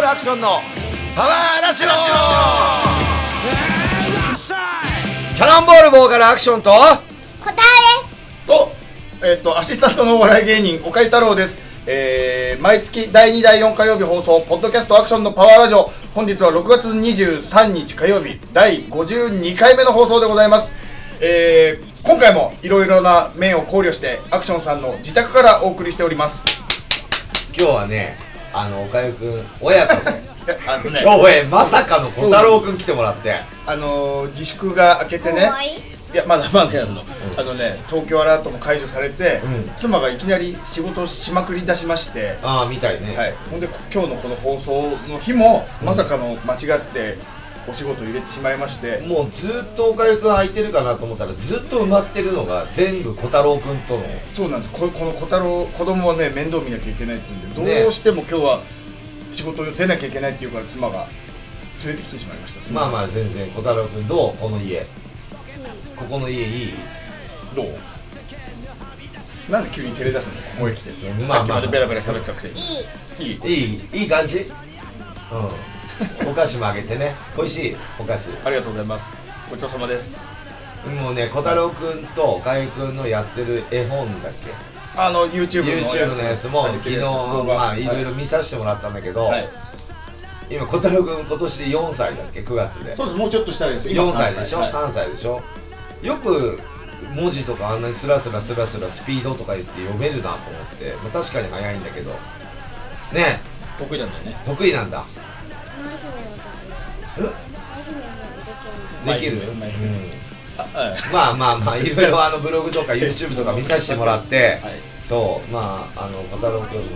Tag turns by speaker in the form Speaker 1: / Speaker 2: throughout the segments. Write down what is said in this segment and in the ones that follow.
Speaker 1: ルアクションのパワーラジオキャノンボールボーカルアクションと
Speaker 2: 答え
Speaker 3: と、えっ、と、アシスタントのお笑い芸人、岡井太郎です。えー、毎月第2第4火曜日放送、ポッドキャストアクションのパワーラジオ。本日は6月23日火曜日、第52回目の放送でございます。えー、今回もいろいろな面を考慮して、アクションさんの自宅からお送りしております。
Speaker 1: 今日はねあのおかゆくん親子で
Speaker 3: いやあのね
Speaker 1: 共演まさかの小太郎くん来てもらって
Speaker 3: あのー自粛が明けて
Speaker 2: で
Speaker 3: ね
Speaker 2: も、う終わ
Speaker 3: いやまだまだやるの、あのね東京アラートも解除されて、
Speaker 1: うん
Speaker 3: 妻がいきなり仕事をしまくり出しまして、
Speaker 1: ああみたいね、
Speaker 3: はい、ほんで今日のこの放送の日もまさかの間違ってお仕事入れてしまいまして、
Speaker 1: もうずっとおかゆくん空いてるかなと思ったらずっと埋まってるのが全部小太郎くんとの
Speaker 3: そうなんですここの小太郎子供はね面倒見なきゃいけないって言うんで、
Speaker 1: ね
Speaker 3: どうしても今日は仕事出なきゃいけないっていうから妻が連れてきてしまいました
Speaker 1: まあまあ全然小太郎くんどうこの家ここの家いい
Speaker 3: どうなんで急に照れ出すのここへ来て、
Speaker 1: まあまあ
Speaker 3: さっきまでベラベラ喋ってたくせに
Speaker 2: りいい
Speaker 3: いい
Speaker 1: いいいい感じうんお菓子もあげてね美味しいお菓子
Speaker 3: ありがとうございますごちそうさまです
Speaker 1: もうね小太郎くんとおかゆくんのやってる絵本だっけ
Speaker 3: あの YouTube の
Speaker 1: YouTube のやつも昨日まあいろいろ
Speaker 3: 見
Speaker 1: 見させてもらったんだけど、
Speaker 3: はい、
Speaker 1: 今小太郎くん今年で4歳だっけ9月で
Speaker 3: そうですもうちょっとしたらです今
Speaker 1: 4歳でしょ、
Speaker 3: はい
Speaker 1: 3歳でしょよく文字とかあんなにスラスラスラスラスピードとか言って読めるなと思って、まあ、確かに早いんだけどね
Speaker 3: 得意なんだよね
Speaker 1: え得意なんだ
Speaker 2: 愛姫の歌愛姫の歌
Speaker 1: できる、
Speaker 3: う
Speaker 1: うん
Speaker 3: まいあはい
Speaker 1: まあまあ まあいろいろあのブログとか YouTube とか見させてもらって、
Speaker 3: はい
Speaker 1: そうまああの小太郎くんもね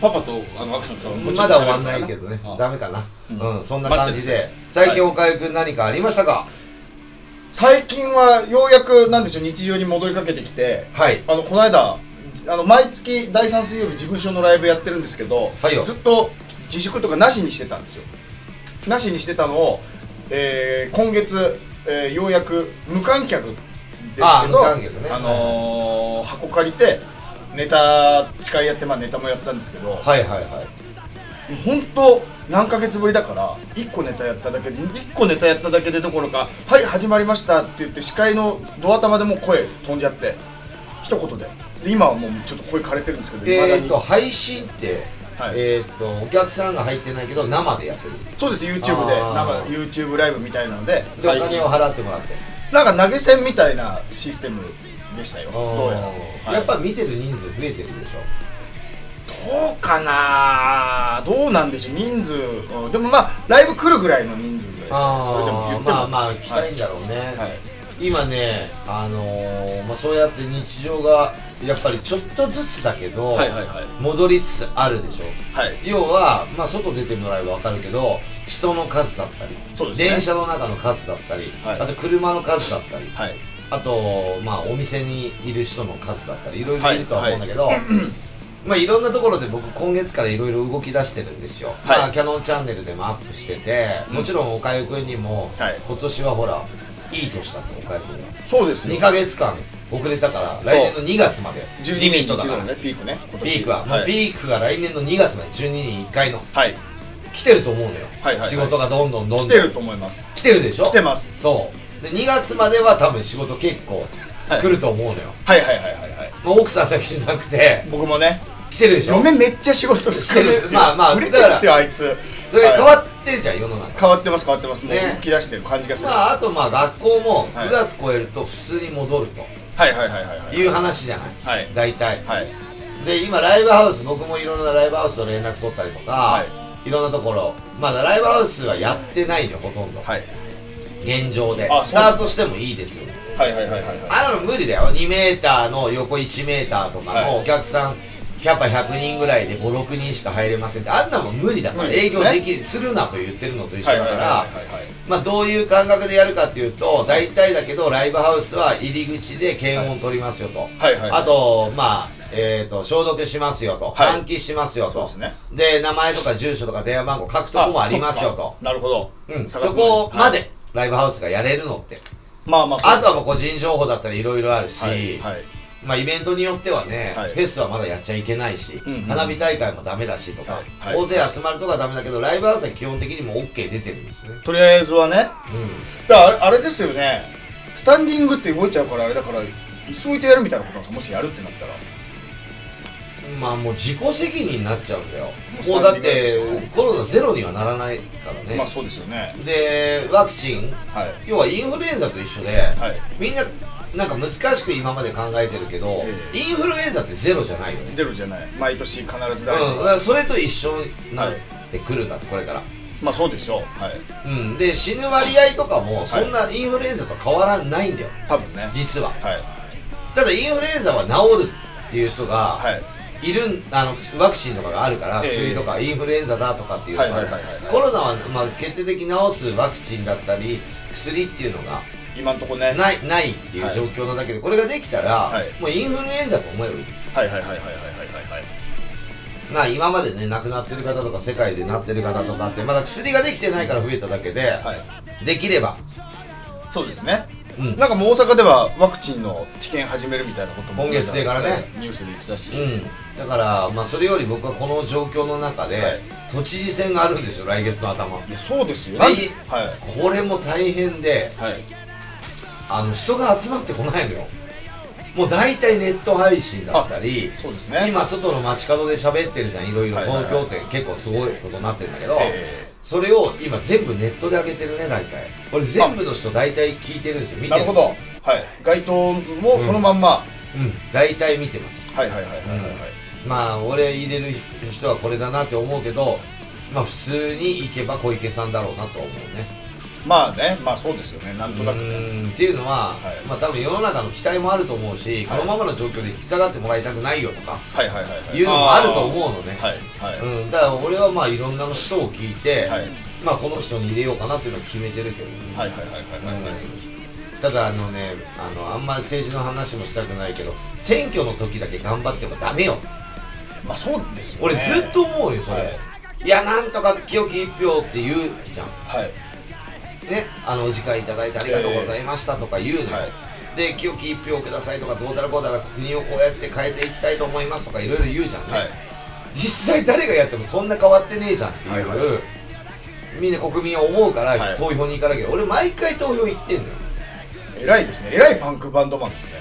Speaker 3: パパとあの赤野さんはもうちょ
Speaker 1: ま
Speaker 3: っ
Speaker 1: だ
Speaker 3: と
Speaker 1: 終わんないけどね
Speaker 3: あ
Speaker 1: ダメかな
Speaker 3: うん
Speaker 1: うんそんな感じ
Speaker 3: 待
Speaker 1: で
Speaker 3: ってて
Speaker 1: 最近
Speaker 3: は
Speaker 1: 岡井くん何かありましたか
Speaker 3: 最近はようやくなんでしょう日常に戻りかけてきて
Speaker 1: はい
Speaker 3: あのこの間あの毎月第3水曜日事務所のライブやってるんですけど、
Speaker 1: はいよ
Speaker 3: ずっと自粛とかなしにしてたんですよなしにしてたのを、えー今月、えーようやく無観客ですけど
Speaker 1: あー無観客ね
Speaker 3: あのー箱借りてネタ司会やって、まあ、ネタもやったんですけど、
Speaker 1: はいはいはい
Speaker 3: 本当何ヶ月ぶりだから1個ネタやっただけで1個ネタやっただけでどころか「はい始まりました」って言って司会のドア玉でもう声飛んじゃって一言でで今はもうちょっと声枯れてるんですけど、未
Speaker 1: え
Speaker 3: だ
Speaker 1: ー、
Speaker 3: に
Speaker 1: と配信って、
Speaker 3: はい
Speaker 1: えー、とお客さんが入ってないけど生でやってる
Speaker 3: そうです YouTube でなん
Speaker 1: あ
Speaker 3: か
Speaker 1: ー
Speaker 3: YouTube ライブみたいなので
Speaker 1: でお
Speaker 3: 配
Speaker 1: 金
Speaker 3: 信
Speaker 1: を払ってもらって
Speaker 3: なんか投げ銭みたいなシステムでしたよどうやら、
Speaker 1: やっぱ見てる人数増えてるでしょ
Speaker 3: どうかなどうなんでしょう人数うんでもまあライブ来るぐらいの人数ぐらいしかそれでも言っても
Speaker 1: まあまあ来たいんだろうね、
Speaker 3: はいはい
Speaker 1: 今ねあのーまあ、そうやって日常がやっぱりちょっとずつだけど、
Speaker 3: はいはいはい
Speaker 1: 戻りつつあるでしょ
Speaker 3: はい
Speaker 1: 要は、まあ、外出てもらえば分かるけど人の数だったり、
Speaker 3: そうですね
Speaker 1: 電車の中の数だったり、
Speaker 3: はい
Speaker 1: あと車の数だったり、
Speaker 3: はい
Speaker 1: あと、まあ、お店にいる人の数だったりいろいろいるとは思うんだけど、いまあ、いろんなところで僕今月からいろいろ動き出してるんですよ、
Speaker 3: はい
Speaker 1: まあ、キャノンチャンネルでもアップしててもちろんおかゆくんにも、
Speaker 3: はい
Speaker 1: 今年はほらいい年だとおかゆくんは
Speaker 3: そうですよ
Speaker 1: 2ヶ月間遅れたから来年の2月まで
Speaker 3: 12
Speaker 1: リミッ
Speaker 3: 人
Speaker 1: トだか
Speaker 3: 一度
Speaker 1: ら
Speaker 3: のねピークね今
Speaker 1: ピ
Speaker 3: 年
Speaker 1: ークは、もう
Speaker 3: はい、
Speaker 1: ピークが来年の2月まで12人1回の
Speaker 3: はい
Speaker 1: 来てると思うのよ、
Speaker 3: はいはいはい
Speaker 1: 仕事がどんどんどんどん
Speaker 3: 来てると思います
Speaker 1: 来てるでしょ
Speaker 3: 来てます
Speaker 1: そうで2月までは多分仕事結構
Speaker 3: はい
Speaker 1: 来ると思うのよ、
Speaker 3: はいはいはいはいはい
Speaker 1: まあ、奥さんだけじゃなくて
Speaker 3: 僕もね
Speaker 1: 来てるでしょ
Speaker 3: 嫁めっちゃ仕事してるんですよ
Speaker 1: まあまあ
Speaker 3: 売れてるんですよあいつ
Speaker 1: それが変
Speaker 3: はい
Speaker 1: わってるじゃん世の中
Speaker 3: 変わってます変わってますもう
Speaker 1: ね
Speaker 3: 浮き出してる感じがする
Speaker 1: まあ
Speaker 3: は
Speaker 1: あとまあ学校も
Speaker 3: はい
Speaker 1: 9月超えると普通に戻る
Speaker 3: いはいはいはいは
Speaker 1: と
Speaker 3: い
Speaker 1: いう話じゃない、
Speaker 3: はい
Speaker 1: 大体
Speaker 3: はい
Speaker 1: で今ライブハウス僕もいろんなライブハウスと連絡取ったりとか、、
Speaker 3: はい
Speaker 1: ろんなところまだライブハウスはやってないのよほとんど、
Speaker 3: はい
Speaker 1: 現状で
Speaker 3: あ
Speaker 1: スタートしてもいいですよ
Speaker 3: はいはいはいはいはい
Speaker 1: あんなの無理だよ2メーターの横1メーターとか
Speaker 3: はい
Speaker 1: のお客さん、キャパ100人ぐらいで56人しか入れませんってあんなもん無理だから
Speaker 3: 無理です
Speaker 1: 営
Speaker 3: ね
Speaker 1: 業できするなと言ってるのと一緒だから
Speaker 3: はいはいはいはいはい
Speaker 1: まあどういう感覚でやるかっていうと大体だけどライブハウスは入り口で検温取りますよと、
Speaker 3: はいはい
Speaker 1: あとまあえー、と消毒しますよと、
Speaker 3: はい
Speaker 1: 換気しますよと
Speaker 3: そうですね
Speaker 1: で名前とか住所とか電話番号書くとこもありますよと
Speaker 3: そっかなるほど
Speaker 1: うん、そ
Speaker 3: 探すのに
Speaker 1: こま
Speaker 3: は
Speaker 1: で
Speaker 3: い
Speaker 1: ライブハウスがやれるのって、
Speaker 3: まあまあそう
Speaker 1: あとはもう個人情報だったりいろいろあるし、
Speaker 3: はいはい
Speaker 1: まあ、イベントによってはね、
Speaker 3: はい
Speaker 1: フェスはまだやっちゃいけないし、
Speaker 3: うんうん
Speaker 1: 花火大会もダメだしとか、
Speaker 3: はいはい
Speaker 1: 大勢集まるとかダメだけどライブハウスは基本的にもう OK 出てるんですね、
Speaker 3: とりあえずはね
Speaker 1: う
Speaker 3: だからあれあれですよねスタンディングって動いちゃうからあれだから椅子置いてやるみたいなことなんですかもしやるってなったら
Speaker 1: ん、まあもう自己責任になっちゃうんだよ
Speaker 3: も
Speaker 1: も
Speaker 3: う
Speaker 1: う
Speaker 3: だ
Speaker 1: だ
Speaker 3: っ
Speaker 1: ってて
Speaker 3: て
Speaker 1: コロナゼロにはならないからね、
Speaker 3: まあそうですよね
Speaker 1: でワクチン
Speaker 3: はい
Speaker 1: 要はインフルエンザと一緒で、
Speaker 3: はい
Speaker 1: みんななんか難しく今まで考えてるけど、
Speaker 3: え
Speaker 1: インフルエンザってゼロじゃないよね
Speaker 3: ゼロじゃない毎年必ずだ、
Speaker 1: うん、だからそれと一緒になってくるんだってこれから、
Speaker 3: まあそうでしょうはい
Speaker 1: うん、で死ぬ割合とかもそんなインフルエンザと変わらないんだよ
Speaker 3: 多分ね
Speaker 1: 実は
Speaker 3: はい
Speaker 1: ただインフルエンザは治るっていう人が
Speaker 3: はい
Speaker 1: いるんあのワクチンとかがあるから
Speaker 3: ええ
Speaker 1: 薬とかインフルエンザだとかっていうのが
Speaker 3: はいはいはいはい
Speaker 1: コロナは、まあ、決定的に治すワクチンだったり薬っていうのが
Speaker 3: 今んとこね
Speaker 1: ないないっていう状況なだけで、これができたら、
Speaker 3: はい
Speaker 1: もうインフルエンザと思えばいい
Speaker 3: はいはいはいはいはいはいはい
Speaker 1: まあ今までね亡くなってる方とか世界でなってる方とかってまだ薬ができてないから増えただけで、
Speaker 3: はいはい
Speaker 1: できれば、
Speaker 3: そうですね
Speaker 1: うん
Speaker 3: なんかもう大阪ではワクチンの治験始めるみたいなことも
Speaker 1: 今月末からね
Speaker 3: ニュースで言ってたし、
Speaker 1: うん、だから、まあ、それより僕はこの状況の中で、
Speaker 3: はい
Speaker 1: 都知事選があるんですよ来月の頭
Speaker 3: いやそうですよ
Speaker 1: はい
Speaker 3: は
Speaker 1: これも大変で
Speaker 3: いはい
Speaker 1: あの人が集まってこないのよもう大体ネット配信だったり
Speaker 3: そうですね
Speaker 1: 今外の街角で喋ってるじゃんいろいろ
Speaker 3: はいはいはい
Speaker 1: 東京って結構すごいことになってるんだけど、
Speaker 3: え
Speaker 1: それを今全部ネットで上げてるね大体これ全部の人大体聞いてるんですよ見
Speaker 3: ー
Speaker 1: て
Speaker 3: なるほどはい街頭もそのまんま、
Speaker 1: うん大体見てます
Speaker 3: はいはいはいはいはいはい、
Speaker 1: まあ俺入れる人はこれだなって思うけどまあ普通に行けば小池さんだろうなと思うね
Speaker 3: まあねまあそうですよねなんとなく
Speaker 1: う
Speaker 3: ね
Speaker 1: ーんっていうのは、
Speaker 3: はい
Speaker 1: まあ多分世の中の期待もあると思うし、
Speaker 3: はい
Speaker 1: このままの状況で引き下がってもらいたくないよとか
Speaker 3: はいはいはいはい
Speaker 1: いうのもあると思うのね、
Speaker 3: はいはい、
Speaker 1: うん、だから俺はまあいろんなの人を聞いて、
Speaker 3: はい
Speaker 1: まあこの人に入れようかなっていうのは決めてるけどね、
Speaker 3: はいはいはいはいはいはい
Speaker 1: うんただあのねあのあんま政治の話もしたくないけど選挙の時だけ頑張ってもダメよ
Speaker 3: まあそうですよ、ね、
Speaker 1: 俺ずっと思うよそれ、
Speaker 3: はい
Speaker 1: い、やなんとか清き一票って言うじゃん
Speaker 3: はい
Speaker 1: ねあのお時間いただいてありがとうございましたとか言うのよ、
Speaker 3: はい
Speaker 1: で清き一票くださいとかどうだらこうだら国をこうやって変えていきたいと思いますとかいろいろ言うじゃんね、
Speaker 3: はい
Speaker 1: 実際誰がやってもそんな変わってねえじゃんっていう、
Speaker 3: はいは
Speaker 1: みんな国民は思うから
Speaker 3: はい
Speaker 1: 投票に行かなきゃ、俺毎回投票行ってんのよ
Speaker 3: 偉いですね偉いパンクバンドマンですね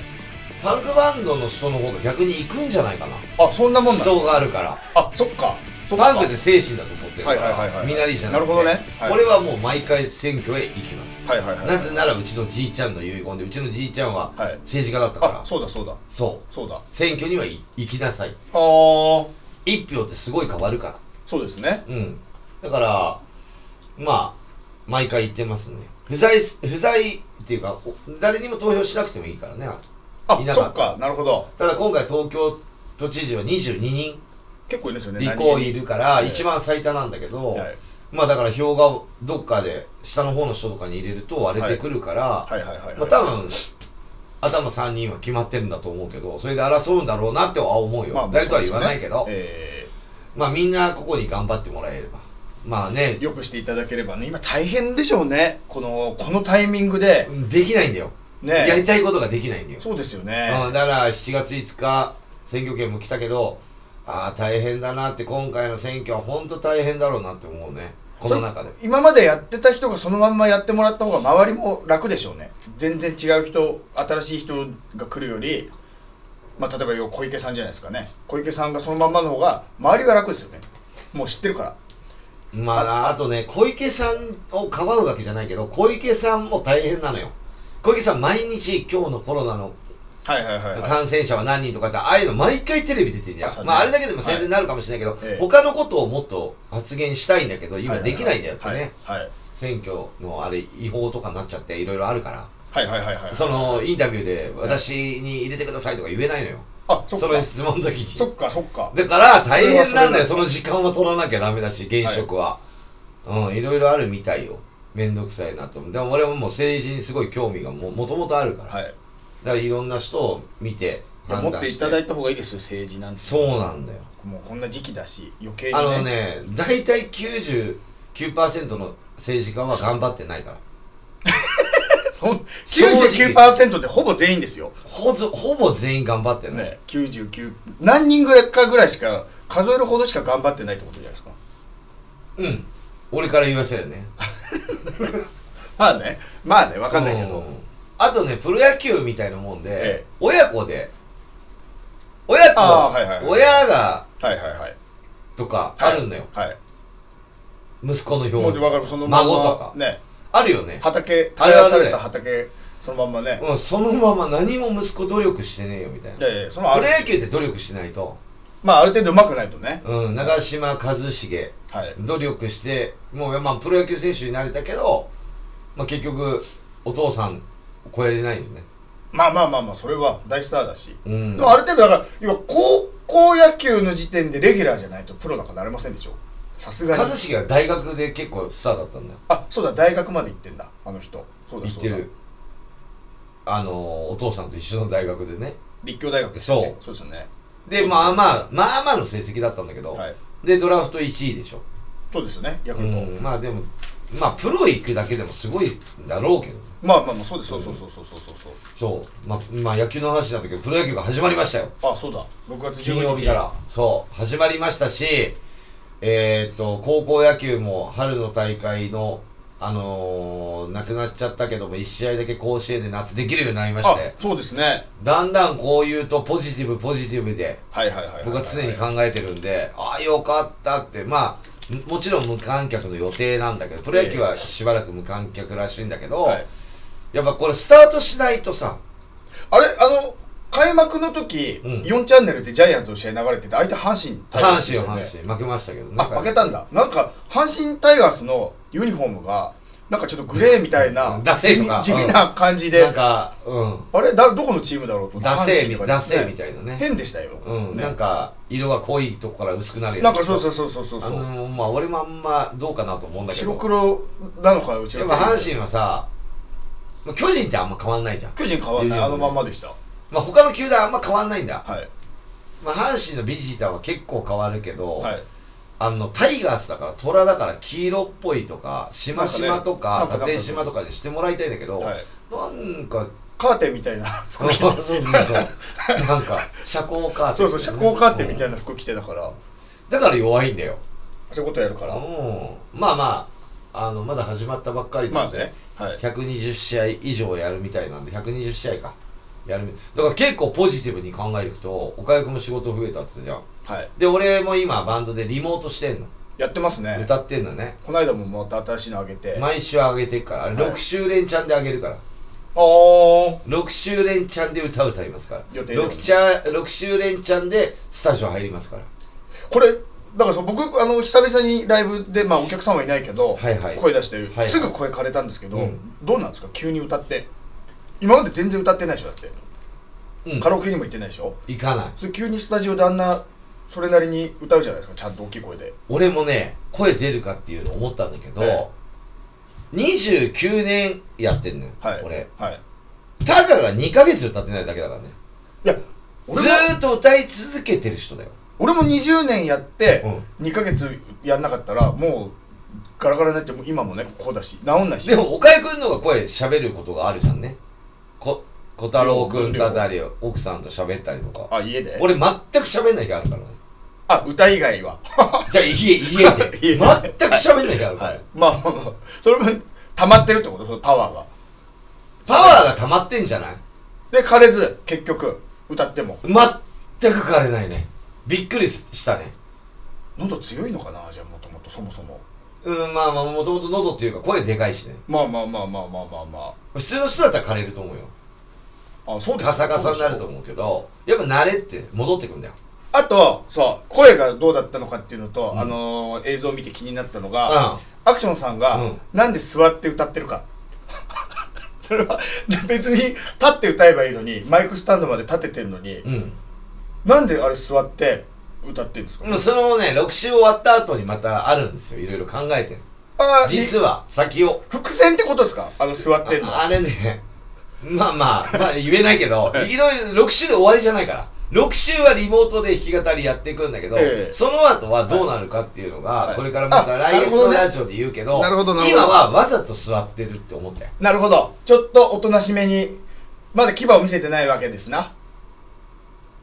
Speaker 1: パンクバンドの人の方が逆に行くんじゃないかな
Speaker 3: あそんなも
Speaker 1: 思
Speaker 3: んだ
Speaker 1: 想があるから
Speaker 3: あそっかそっか
Speaker 1: パンクで精神だと思ってるか
Speaker 3: はいはいはいは
Speaker 1: ら
Speaker 3: い
Speaker 1: みなりじゃなくて
Speaker 3: なるほどねはい
Speaker 1: 俺はもう毎回選挙へ行きます
Speaker 3: はいはいはい
Speaker 1: なぜならうちのじいちゃんの遺言でうちのじいちゃんは
Speaker 3: はい
Speaker 1: 政治家だったから
Speaker 3: あそうだそうだ
Speaker 1: そう
Speaker 3: そうだあ
Speaker 1: 選挙にはい行きなさい
Speaker 3: あー
Speaker 1: 一票ってすごい変わるか
Speaker 3: そうですね
Speaker 1: らうんだからまあ毎回行ってますね不在不在っていうかお誰にも投票しなくてもいいからね
Speaker 3: あ
Speaker 1: いな
Speaker 3: そ
Speaker 1: か
Speaker 3: っ
Speaker 1: った
Speaker 3: かなるほど
Speaker 1: ただ今回東京都知事は22人
Speaker 3: 結構いるんですよね
Speaker 1: 立候補
Speaker 3: 何
Speaker 1: い
Speaker 3: 人
Speaker 1: るから
Speaker 3: ええ
Speaker 1: 一番最多なんだけど、
Speaker 3: はい
Speaker 1: まあだから票がどっかで下の方の人とかに入れると割れてくるから、
Speaker 3: はいはいはいはい
Speaker 1: まあ多分頭3人は決まってるんだと思うけどそれで争うんだろうなっては思うよ、
Speaker 3: まあ
Speaker 1: 誰とは言わないけど、
Speaker 3: そうですね
Speaker 1: まあみんなここに頑張ってもらえればまあね
Speaker 3: えーよくしていただければね今大変でしょうねこのこのタイミングで
Speaker 1: できないんだよ、
Speaker 3: ね
Speaker 1: やりたいことができないんだよ、
Speaker 3: そうですよね
Speaker 1: うんだから7月5日選挙権も来たけどああ大変だなって今回の選挙は本当大変だろうなって思うねこの中で
Speaker 3: それ今までやってた人がそのまんまやってもらった方が周りも楽でしょうね全然違う人新しい人が来るよりまあ例えばよ小池さんじゃないですかね小池さんがそのまんまの方が周りが楽ですよねもう知ってるから
Speaker 1: まあ、あとね、小池さんをかばうわけじゃないけど、小池さんも大変なのよ。小池さん、毎日今日のコロナの
Speaker 3: はいはいはい、
Speaker 1: 感染者は何人とかって、ああいうの毎回テレビ出てるや
Speaker 3: 朝
Speaker 1: ん。
Speaker 3: ね
Speaker 1: まあ、あれだけでも宣伝になるかもしれないけど、
Speaker 3: ええ
Speaker 1: 他のことをもっと発言したいんだけど、今できないんだよってね。
Speaker 3: はいはい
Speaker 1: 選挙のあれ、違法とかになっちゃって、いろいろあるから。
Speaker 3: はいはいはいはい
Speaker 1: その、インタビューで、私に入れてくださいとか言えないのよ。
Speaker 3: あそ
Speaker 1: そ
Speaker 3: っか
Speaker 1: の質問の時に。
Speaker 3: そっかそっか
Speaker 1: だから大変なんだよ
Speaker 3: そ
Speaker 1: その時間は取らなきゃダメだし現職は、うんいろいろあるみたいよめんどくさいなと思うでも俺ももう政治にすごい興味がももともとあるから、
Speaker 3: はいい
Speaker 1: だからいろんな人を見て
Speaker 3: や
Speaker 1: 判
Speaker 3: 持っ
Speaker 1: 断
Speaker 3: てい
Speaker 1: して
Speaker 3: ただいた方がいいですよ政治なんて
Speaker 1: そうなんだよ
Speaker 3: もうこんな時期だし余計に、ね、
Speaker 1: あのね大体99%の政治家は頑張ってないから
Speaker 3: そん99%ってほぼ全員ですよ。
Speaker 1: ほずほぼ全員頑張ってるね
Speaker 3: ね、99何人ぐらいかぐらいしか数えるほどしか頑張ってないってことじゃないですか
Speaker 1: うん俺から言わせるね
Speaker 3: まあねまあね分かんないけ
Speaker 1: う
Speaker 3: ど
Speaker 1: あとねプロ野球みたいなもんで、
Speaker 3: ええ
Speaker 1: 親子で親子、
Speaker 3: あーはいはいはい
Speaker 1: 親が
Speaker 3: はいはいはい
Speaker 1: とかあ
Speaker 3: はい
Speaker 1: るんだよ、
Speaker 3: はい
Speaker 1: 息子の
Speaker 3: もう
Speaker 1: 表
Speaker 3: 分かるそのまんま
Speaker 1: 孫とか
Speaker 3: ね
Speaker 1: あるよね、
Speaker 3: 畑
Speaker 1: あるあ
Speaker 3: 耕
Speaker 1: る
Speaker 3: された畑そのまんまね
Speaker 1: うん、そのまま何も息子努力してねえよみたいなプ
Speaker 3: でそのあ
Speaker 1: ロ
Speaker 3: る
Speaker 1: 野球って努力しないと、
Speaker 3: まあある程度うまくないとね
Speaker 1: うん、長嶋一茂
Speaker 3: はい
Speaker 1: 努力してもう、まあ、プロ野球選手になれたけど、まあ、結局お父さんを超えれないよね
Speaker 3: まあまあまあまあそれは大スターだし、
Speaker 1: うん
Speaker 3: でもある程度だから要は高校野球の時点でレギュラーじゃないとプロなんかなれませんでしょさすがに
Speaker 1: 一茂は大学で結構スターだったんだよ
Speaker 3: あそうだ大学まで行ってんだあの人そうだ
Speaker 1: 行っ
Speaker 3: そう
Speaker 1: て
Speaker 3: だ
Speaker 1: るあのーお父さんと一緒の大学でね
Speaker 3: 立教大学です
Speaker 1: そ
Speaker 3: ね
Speaker 1: う
Speaker 3: そうですよね
Speaker 1: でまあまあまあまあの成績だったんだけど、
Speaker 3: はい
Speaker 1: でドラフト1位でしょ、
Speaker 3: そうですよねヤク
Speaker 1: う
Speaker 3: ルト、
Speaker 1: ん、まあでもまあプロ行くだけでもすごいんだろうけど
Speaker 3: まあまあまあそうですそうそうそうそうそうそうそう
Speaker 1: そうまあ、まあ、野球の話なんだけどプロ野球が始まりましたよ
Speaker 3: あそうだ6月15日
Speaker 1: 金曜日からそう始まりましたしえーっと高校野球も春の大会のあのーなくなっちゃったけども1試合だけ甲子園で夏できるようになりまし
Speaker 3: あ
Speaker 1: て
Speaker 3: そうですね
Speaker 1: だんだんこういうとポジティブポジティブで
Speaker 3: はいはいはいいい
Speaker 1: 僕は常に考えてるんでああよかったってまあももちろん無観客の予定なんだけどプロ野球はしばらく無観客らしいんだけど、
Speaker 3: はい
Speaker 1: やっぱこれスタートしないとさ
Speaker 3: あれあの開幕の時、
Speaker 1: うん
Speaker 3: 4チャンネルでジャイアンツの試合流れてて相手阪神タイガー
Speaker 1: 阪
Speaker 3: ス
Speaker 1: 神
Speaker 3: で
Speaker 1: よ
Speaker 3: すよ
Speaker 1: 阪
Speaker 3: ね
Speaker 1: 神負けましたけどね
Speaker 3: あ負けたんだなんか阪神タイガースのユニフォームがなんかちょっとグレーみたいな
Speaker 1: うんダセ
Speaker 3: 地
Speaker 1: ーと
Speaker 3: 味
Speaker 1: か
Speaker 3: 地味な感じで、
Speaker 1: なんかうん
Speaker 3: あれだどこのチームだろうと
Speaker 1: ダセーみ
Speaker 3: 阪神とか
Speaker 1: ダセーみたいなね
Speaker 3: 変でしたよ、
Speaker 1: うん、
Speaker 3: ね
Speaker 1: なんか色が濃いとこから薄くなるやつ
Speaker 3: なんかそうそうそうそうそう
Speaker 1: あ
Speaker 3: そう、
Speaker 1: のーまあ俺もあんまどうかなと思うんだけど
Speaker 3: 白黒なのかうち
Speaker 1: や
Speaker 3: の
Speaker 1: っぱ阪神はさ、まあ、巨人ってあんま変わんないじゃん、
Speaker 3: 巨人変わんない
Speaker 1: いや
Speaker 3: あ
Speaker 1: いや
Speaker 3: のまんまでした
Speaker 1: まあ、他の球団あんま変わんないんだ、
Speaker 3: はい
Speaker 1: まあ、阪神のビジターは結構変わるけど、
Speaker 3: はい
Speaker 1: あのタイガースだから虎だから黄色っぽいとかしましまと
Speaker 3: な
Speaker 1: か
Speaker 3: んかね
Speaker 1: 縦しまとかでしてもらいたいんだけど、
Speaker 3: はい
Speaker 1: なんか
Speaker 3: カーテン みたいな
Speaker 1: そう
Speaker 3: 服着て
Speaker 1: そうそう なんか遮光カーテ
Speaker 3: そ
Speaker 1: ン
Speaker 3: うそう遮光カーテンみた
Speaker 1: う
Speaker 3: いな服着てたから
Speaker 1: んだから弱いんだよ
Speaker 3: そういうことやるから
Speaker 1: うんまあまああのまだ始まったばっかり
Speaker 3: ま
Speaker 1: な
Speaker 3: あ
Speaker 1: んで、
Speaker 3: ねはい
Speaker 1: 120試合以上やるみたいなんで120試合かやるみだから結構ポジティブに考えると岡井君も仕事増えたっつってじゃん
Speaker 3: はい
Speaker 1: で俺も今バンドでリモートしてんの、
Speaker 3: やってますね
Speaker 1: 歌ってんのね
Speaker 3: この間もまた新しいのあげてあ
Speaker 1: 毎週上げてっからあれ
Speaker 3: はい
Speaker 1: 6週連チャンで上げるから、
Speaker 3: あー
Speaker 1: 6週連チャンで歌歌いますから
Speaker 3: 予定通り
Speaker 1: 6, チャ6週連チャンでスタジオ入りますから
Speaker 3: これだからそう僕あの久々にライブでまあお客さんはいないけど
Speaker 1: はいはい
Speaker 3: 声出してる
Speaker 1: はい
Speaker 3: すぐ声枯れたんですけ
Speaker 1: う
Speaker 3: ど
Speaker 1: ん
Speaker 3: どうなんですか急に歌って今まで全然歌ってないでしょだって
Speaker 1: うん
Speaker 3: カラオケにも行ってないでしょ
Speaker 1: 行かない
Speaker 3: それ急にスタジオであんなそれなりに歌うじゃないですかちゃんと大きい声で
Speaker 1: 俺もね声出るかっていうの思ったんだけど、
Speaker 3: ええ
Speaker 1: 29年やってんのよ、
Speaker 3: はい
Speaker 1: 俺
Speaker 3: はい
Speaker 1: たかが2ヶ月歌ってないだけだからね
Speaker 3: いや俺も
Speaker 1: ずーっと歌い続けてる人だよ、
Speaker 3: 俺も20年やって
Speaker 1: うん
Speaker 3: 2ヶ月やんなかったらもうガラガラになってもう今もねこうだし治んないし
Speaker 1: でも岡井くんの方が声喋ることがあるじゃんねこ小太郎くんだったり奥さんと喋ったりとか
Speaker 3: あ家で
Speaker 1: 俺全く喋んない日あるからね
Speaker 3: あ歌以外は
Speaker 1: じゃあ家家 で
Speaker 3: 家
Speaker 1: 全
Speaker 3: で
Speaker 1: く喋んない日あるから、
Speaker 3: はいまあま あまあそれも溜まってるってことそのパワーが
Speaker 1: パワーが溜まってんじゃない
Speaker 3: で枯れず結局歌っても
Speaker 1: 全く枯れないねびっくりしたね
Speaker 3: 喉強いのかなじゃあもともとそもそも
Speaker 1: うんまあまあもともと喉っていうか声でかいしね
Speaker 3: まあまあまあまあまあまあま
Speaker 1: 普通の人だったら枯れると思うよ
Speaker 3: ああそうです
Speaker 1: ガサガサになると思うけどやっぱ慣れって戻ってくんだよ
Speaker 3: あとそう声がどうだったのかっていうのと、
Speaker 1: うん
Speaker 3: あのー映像を見て気になったの
Speaker 1: う
Speaker 3: が、
Speaker 1: ん
Speaker 3: アクションさんが、
Speaker 1: うん
Speaker 3: なんで座って歌ってるか それは別に立って歌えばいいのにマイクスタンドまで立ててるのに、
Speaker 1: うん
Speaker 3: なんであれ座って歌ってるんですか、
Speaker 1: もうそのね6週終わった後にまたあるんですよいろいろ考えてる
Speaker 3: ああ
Speaker 1: 実は先を
Speaker 3: 伏線ってことですかあの座ってんの
Speaker 1: ああれねまあまあまあ言えないけどいろいろ6週で終わりじゃないから6週はリモートで弾き語りやっていくんだけど、
Speaker 3: ええ
Speaker 1: その後はどうなるかっていうのが、
Speaker 3: はい
Speaker 1: これからまた
Speaker 3: あ
Speaker 1: 来月
Speaker 3: なるほ
Speaker 1: の
Speaker 3: どね
Speaker 1: ラジオで言うけど
Speaker 3: なるほどなるほど
Speaker 1: 今はわざと座ってるって思ったよ
Speaker 3: なるほどちょっとおとなしめにまだ牙を見せてないわけですな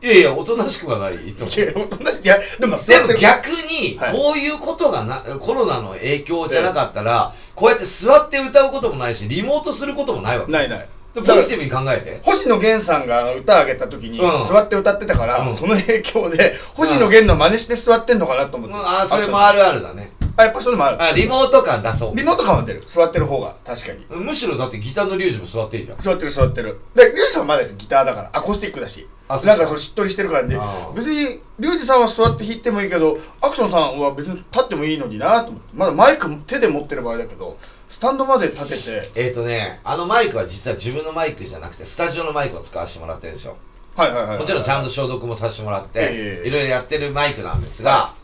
Speaker 3: い
Speaker 1: やいやおとなしくはないい つも
Speaker 3: いやおとなしいやでも座
Speaker 1: で
Speaker 3: って
Speaker 1: も
Speaker 3: る
Speaker 1: 逆に
Speaker 3: はい
Speaker 1: こういうことがな、コロナの影響じゃなかったら、こうやって座って歌うこともないしリモートすることもないわけ
Speaker 3: ないない
Speaker 1: ポジティブに考えて
Speaker 3: 星野源さんがあの歌あげた時に
Speaker 1: うん
Speaker 3: 座って歌ってたから、
Speaker 1: うん
Speaker 3: その影響で星野源の真似して座ってんのかなと思っ
Speaker 1: う
Speaker 3: て、
Speaker 1: んああそれもあるあるだね
Speaker 3: あやっぱそういうのもある
Speaker 1: あリモート感出そう
Speaker 3: リモート感は出る座ってる方が確かに
Speaker 1: むしろだってギターのリュウジも座っていいじゃん
Speaker 3: 座ってる座ってるでリュウジさんはまだですギターだからアコースティックだし
Speaker 1: あそうか
Speaker 3: なんかそのしっとりしてる感じ
Speaker 1: あー
Speaker 3: 別にリュウジさんは座って弾いてもいいけどアクションさんは別に立ってもいいのになと思ってまだマイク手で持ってる場合だけどスタンドまで立てて
Speaker 1: えっ、ー、とねあのマイクは実は自分のマイクじゃなくてスタジオのマイクを使わせてもらってるんでしょ
Speaker 3: はいはいはい、
Speaker 1: もちろんちゃんと消毒もさせてもらっ
Speaker 3: え
Speaker 1: て
Speaker 3: え
Speaker 1: いろいろやってるマイクなんですが、
Speaker 3: は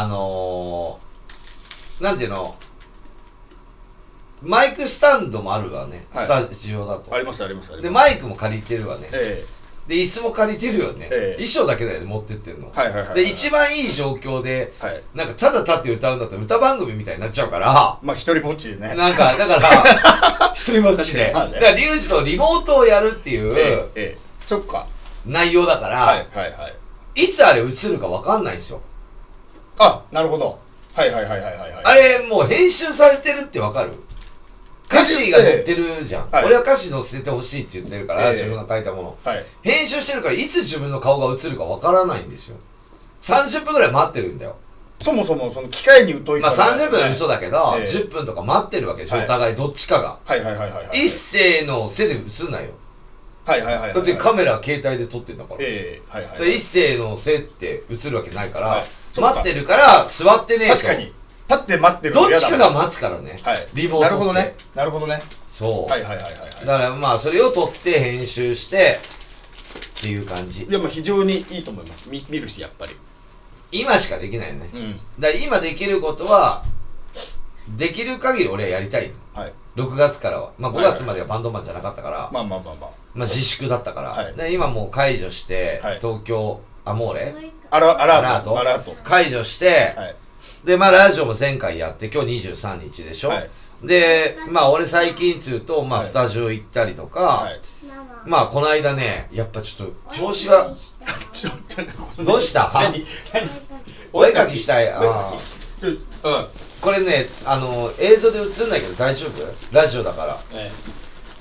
Speaker 1: あのー、なんていうのマイクスタンドもあるわね、
Speaker 3: はい
Speaker 1: スタジオだと
Speaker 3: ありますありますあります
Speaker 1: でマイクも借りてるわね
Speaker 3: え
Speaker 1: で椅子も借りてるよね、
Speaker 3: ええ
Speaker 1: 衣装だけだよね持ってってんの、
Speaker 3: えはいはいはいはい
Speaker 1: で一番いい状況で
Speaker 3: はい
Speaker 1: なんかただ立って歌うんだったら歌番組みたいになっちゃうから
Speaker 3: まあ一人ぼっちでね
Speaker 1: なんか、だから、一人ぼっち で。だ
Speaker 3: ま
Speaker 1: か
Speaker 3: あね
Speaker 1: ら、リュウジとリモートをやるってい
Speaker 3: ええ
Speaker 1: う
Speaker 3: ええそっか
Speaker 1: 内容だか
Speaker 3: はい
Speaker 1: ら、
Speaker 3: はいはい
Speaker 1: いつあれ映るかわかんないんですよ。
Speaker 3: あなるほどはいはいはいはいはいはい
Speaker 1: あれ、もう編集されてるってわかる歌詞が載ってるじゃん。
Speaker 3: はい
Speaker 1: 俺は歌詞載せてほしいって言ってるから、
Speaker 3: ええ
Speaker 1: 自分が書いたもの。
Speaker 3: はい
Speaker 1: 編集してるから、いつ自分の顔が映るかわからないんですよ。30分ぐらい待ってるんだよ。
Speaker 3: そもそもその機械に疎い
Speaker 1: ま
Speaker 3: か
Speaker 1: あ
Speaker 3: ら
Speaker 1: 30分は嘘だけど、
Speaker 3: ええ
Speaker 1: 10分とか待ってるわけでしょ、
Speaker 3: はい
Speaker 1: お互いどっちかが。
Speaker 3: はいはいはいはいはい
Speaker 1: 一斉の背で映んないよ。
Speaker 3: はいはいはいはい
Speaker 1: だってカメラ携帯で撮ってんだから。
Speaker 3: ええはいはい
Speaker 1: だから一斉のせって映るわけないから、
Speaker 3: はいそっか
Speaker 1: 待ってるから座ってねえと
Speaker 3: 確かに立って待ってる
Speaker 1: どっ
Speaker 3: の嫌
Speaker 1: ち
Speaker 3: だ
Speaker 1: かが待つからね、
Speaker 3: はい
Speaker 1: リモートって
Speaker 3: なるほどねなるほどね
Speaker 1: そう、
Speaker 3: はいはいはいはいは
Speaker 1: だからまあそれを撮って編集してっていう感じ
Speaker 3: いでも非常にいいと思います見見るしやっぱり
Speaker 1: 今しかできないよね
Speaker 3: うん
Speaker 1: だから今できることはできる限り俺はやりたい
Speaker 3: はい
Speaker 1: 6月からはまあ5
Speaker 3: はいはい
Speaker 1: 月まではバンドマンじゃなかったから、ま
Speaker 3: まあまあまあま
Speaker 1: あ、自粛だったから、
Speaker 3: はい
Speaker 1: で今もう解除して、
Speaker 3: はい
Speaker 1: 東京アモーレ
Speaker 3: あアラア
Speaker 1: アラ
Speaker 3: ラ
Speaker 1: ー
Speaker 3: ー
Speaker 1: ト
Speaker 3: トアラート
Speaker 1: 解除して、
Speaker 3: はい
Speaker 1: でまあラジオも前回やって今日23日でしょ、
Speaker 3: はい
Speaker 1: でまあ俺最近つうと、まあ、
Speaker 3: はい
Speaker 1: スタジオ行ったりとか、
Speaker 3: はい
Speaker 2: ママ
Speaker 1: まあこの間ねやっぱちょっと調子
Speaker 2: お絵
Speaker 1: が
Speaker 2: 描きした
Speaker 3: ちょちょ
Speaker 1: どうした
Speaker 3: 何
Speaker 2: お絵
Speaker 3: 何
Speaker 2: 描
Speaker 1: お絵描
Speaker 2: き
Speaker 1: きしたい
Speaker 3: お絵
Speaker 1: あ
Speaker 3: 描
Speaker 1: ー
Speaker 3: きちょうん
Speaker 1: これねあの映像で映んないけど大丈夫ラジオだから
Speaker 3: え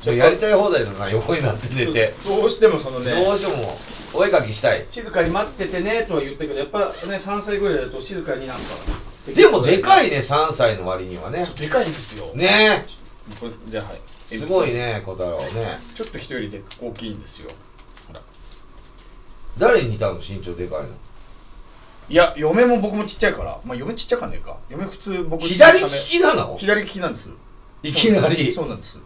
Speaker 1: もうやりたい放題だな横になって
Speaker 3: え
Speaker 1: 寝て
Speaker 3: どうしてもそのね
Speaker 1: どうしてもお絵描きしたい
Speaker 3: 静かに待っててねとは言ったけどやっぱね3歳ぐらいだと静かになんか
Speaker 1: でもでか
Speaker 3: い
Speaker 1: いね3歳の割にはね
Speaker 3: でかいんですよ、
Speaker 1: ね
Speaker 3: これじゃあはい
Speaker 1: えすごいね小太郎ね
Speaker 3: ちょっと人よりで大きいんですよほら
Speaker 1: 誰に似たの身長でかいの
Speaker 3: いや嫁も僕もちっちゃいからまあ嫁ちっちゃかねえか嫁普通僕
Speaker 1: 左利
Speaker 3: 小さ
Speaker 1: きなの
Speaker 3: め左利きなんです
Speaker 1: いきなり
Speaker 3: そうなんです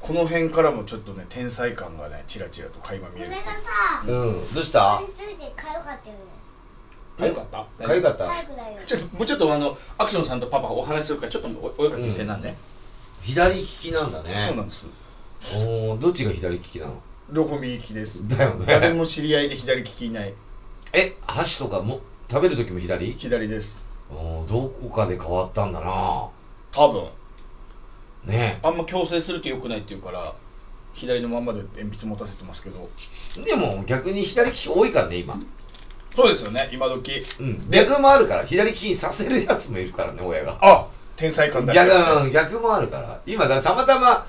Speaker 3: この辺からもちょっとね天才感がねチラチラと垣間
Speaker 2: こ
Speaker 3: 見え
Speaker 2: れ
Speaker 3: る
Speaker 2: がさ
Speaker 1: うんどうした
Speaker 2: これついてかゆかったよね
Speaker 3: かゆかった
Speaker 1: かゆ
Speaker 3: っ
Speaker 1: かった
Speaker 2: かゆくないよ
Speaker 3: ちょっともうちょっとあのアクションさんとパパお話しするからちょっとおお絵かきしてなんね、
Speaker 1: 左利きなんだ
Speaker 3: そう
Speaker 1: ね
Speaker 3: なんです
Speaker 1: おーどっちが左利きなの
Speaker 3: 両方右利きです
Speaker 1: だよ
Speaker 3: 誰
Speaker 1: ね
Speaker 3: も知り合いで左利きいない
Speaker 1: え箸とかも食べる時も左
Speaker 3: 左です
Speaker 1: おーどこかで変わったんだな
Speaker 3: 多分
Speaker 1: ね
Speaker 3: あんま強制すると良くないっていうから左のまんまで鉛筆持たせてますけど
Speaker 1: でも逆に左利き多いからね今
Speaker 3: そうですよね今時
Speaker 1: うん逆もあるから左利きにさせるやつもいるからね親が
Speaker 3: あ天才感出してる
Speaker 1: 逆 逆もあるから今だたまたま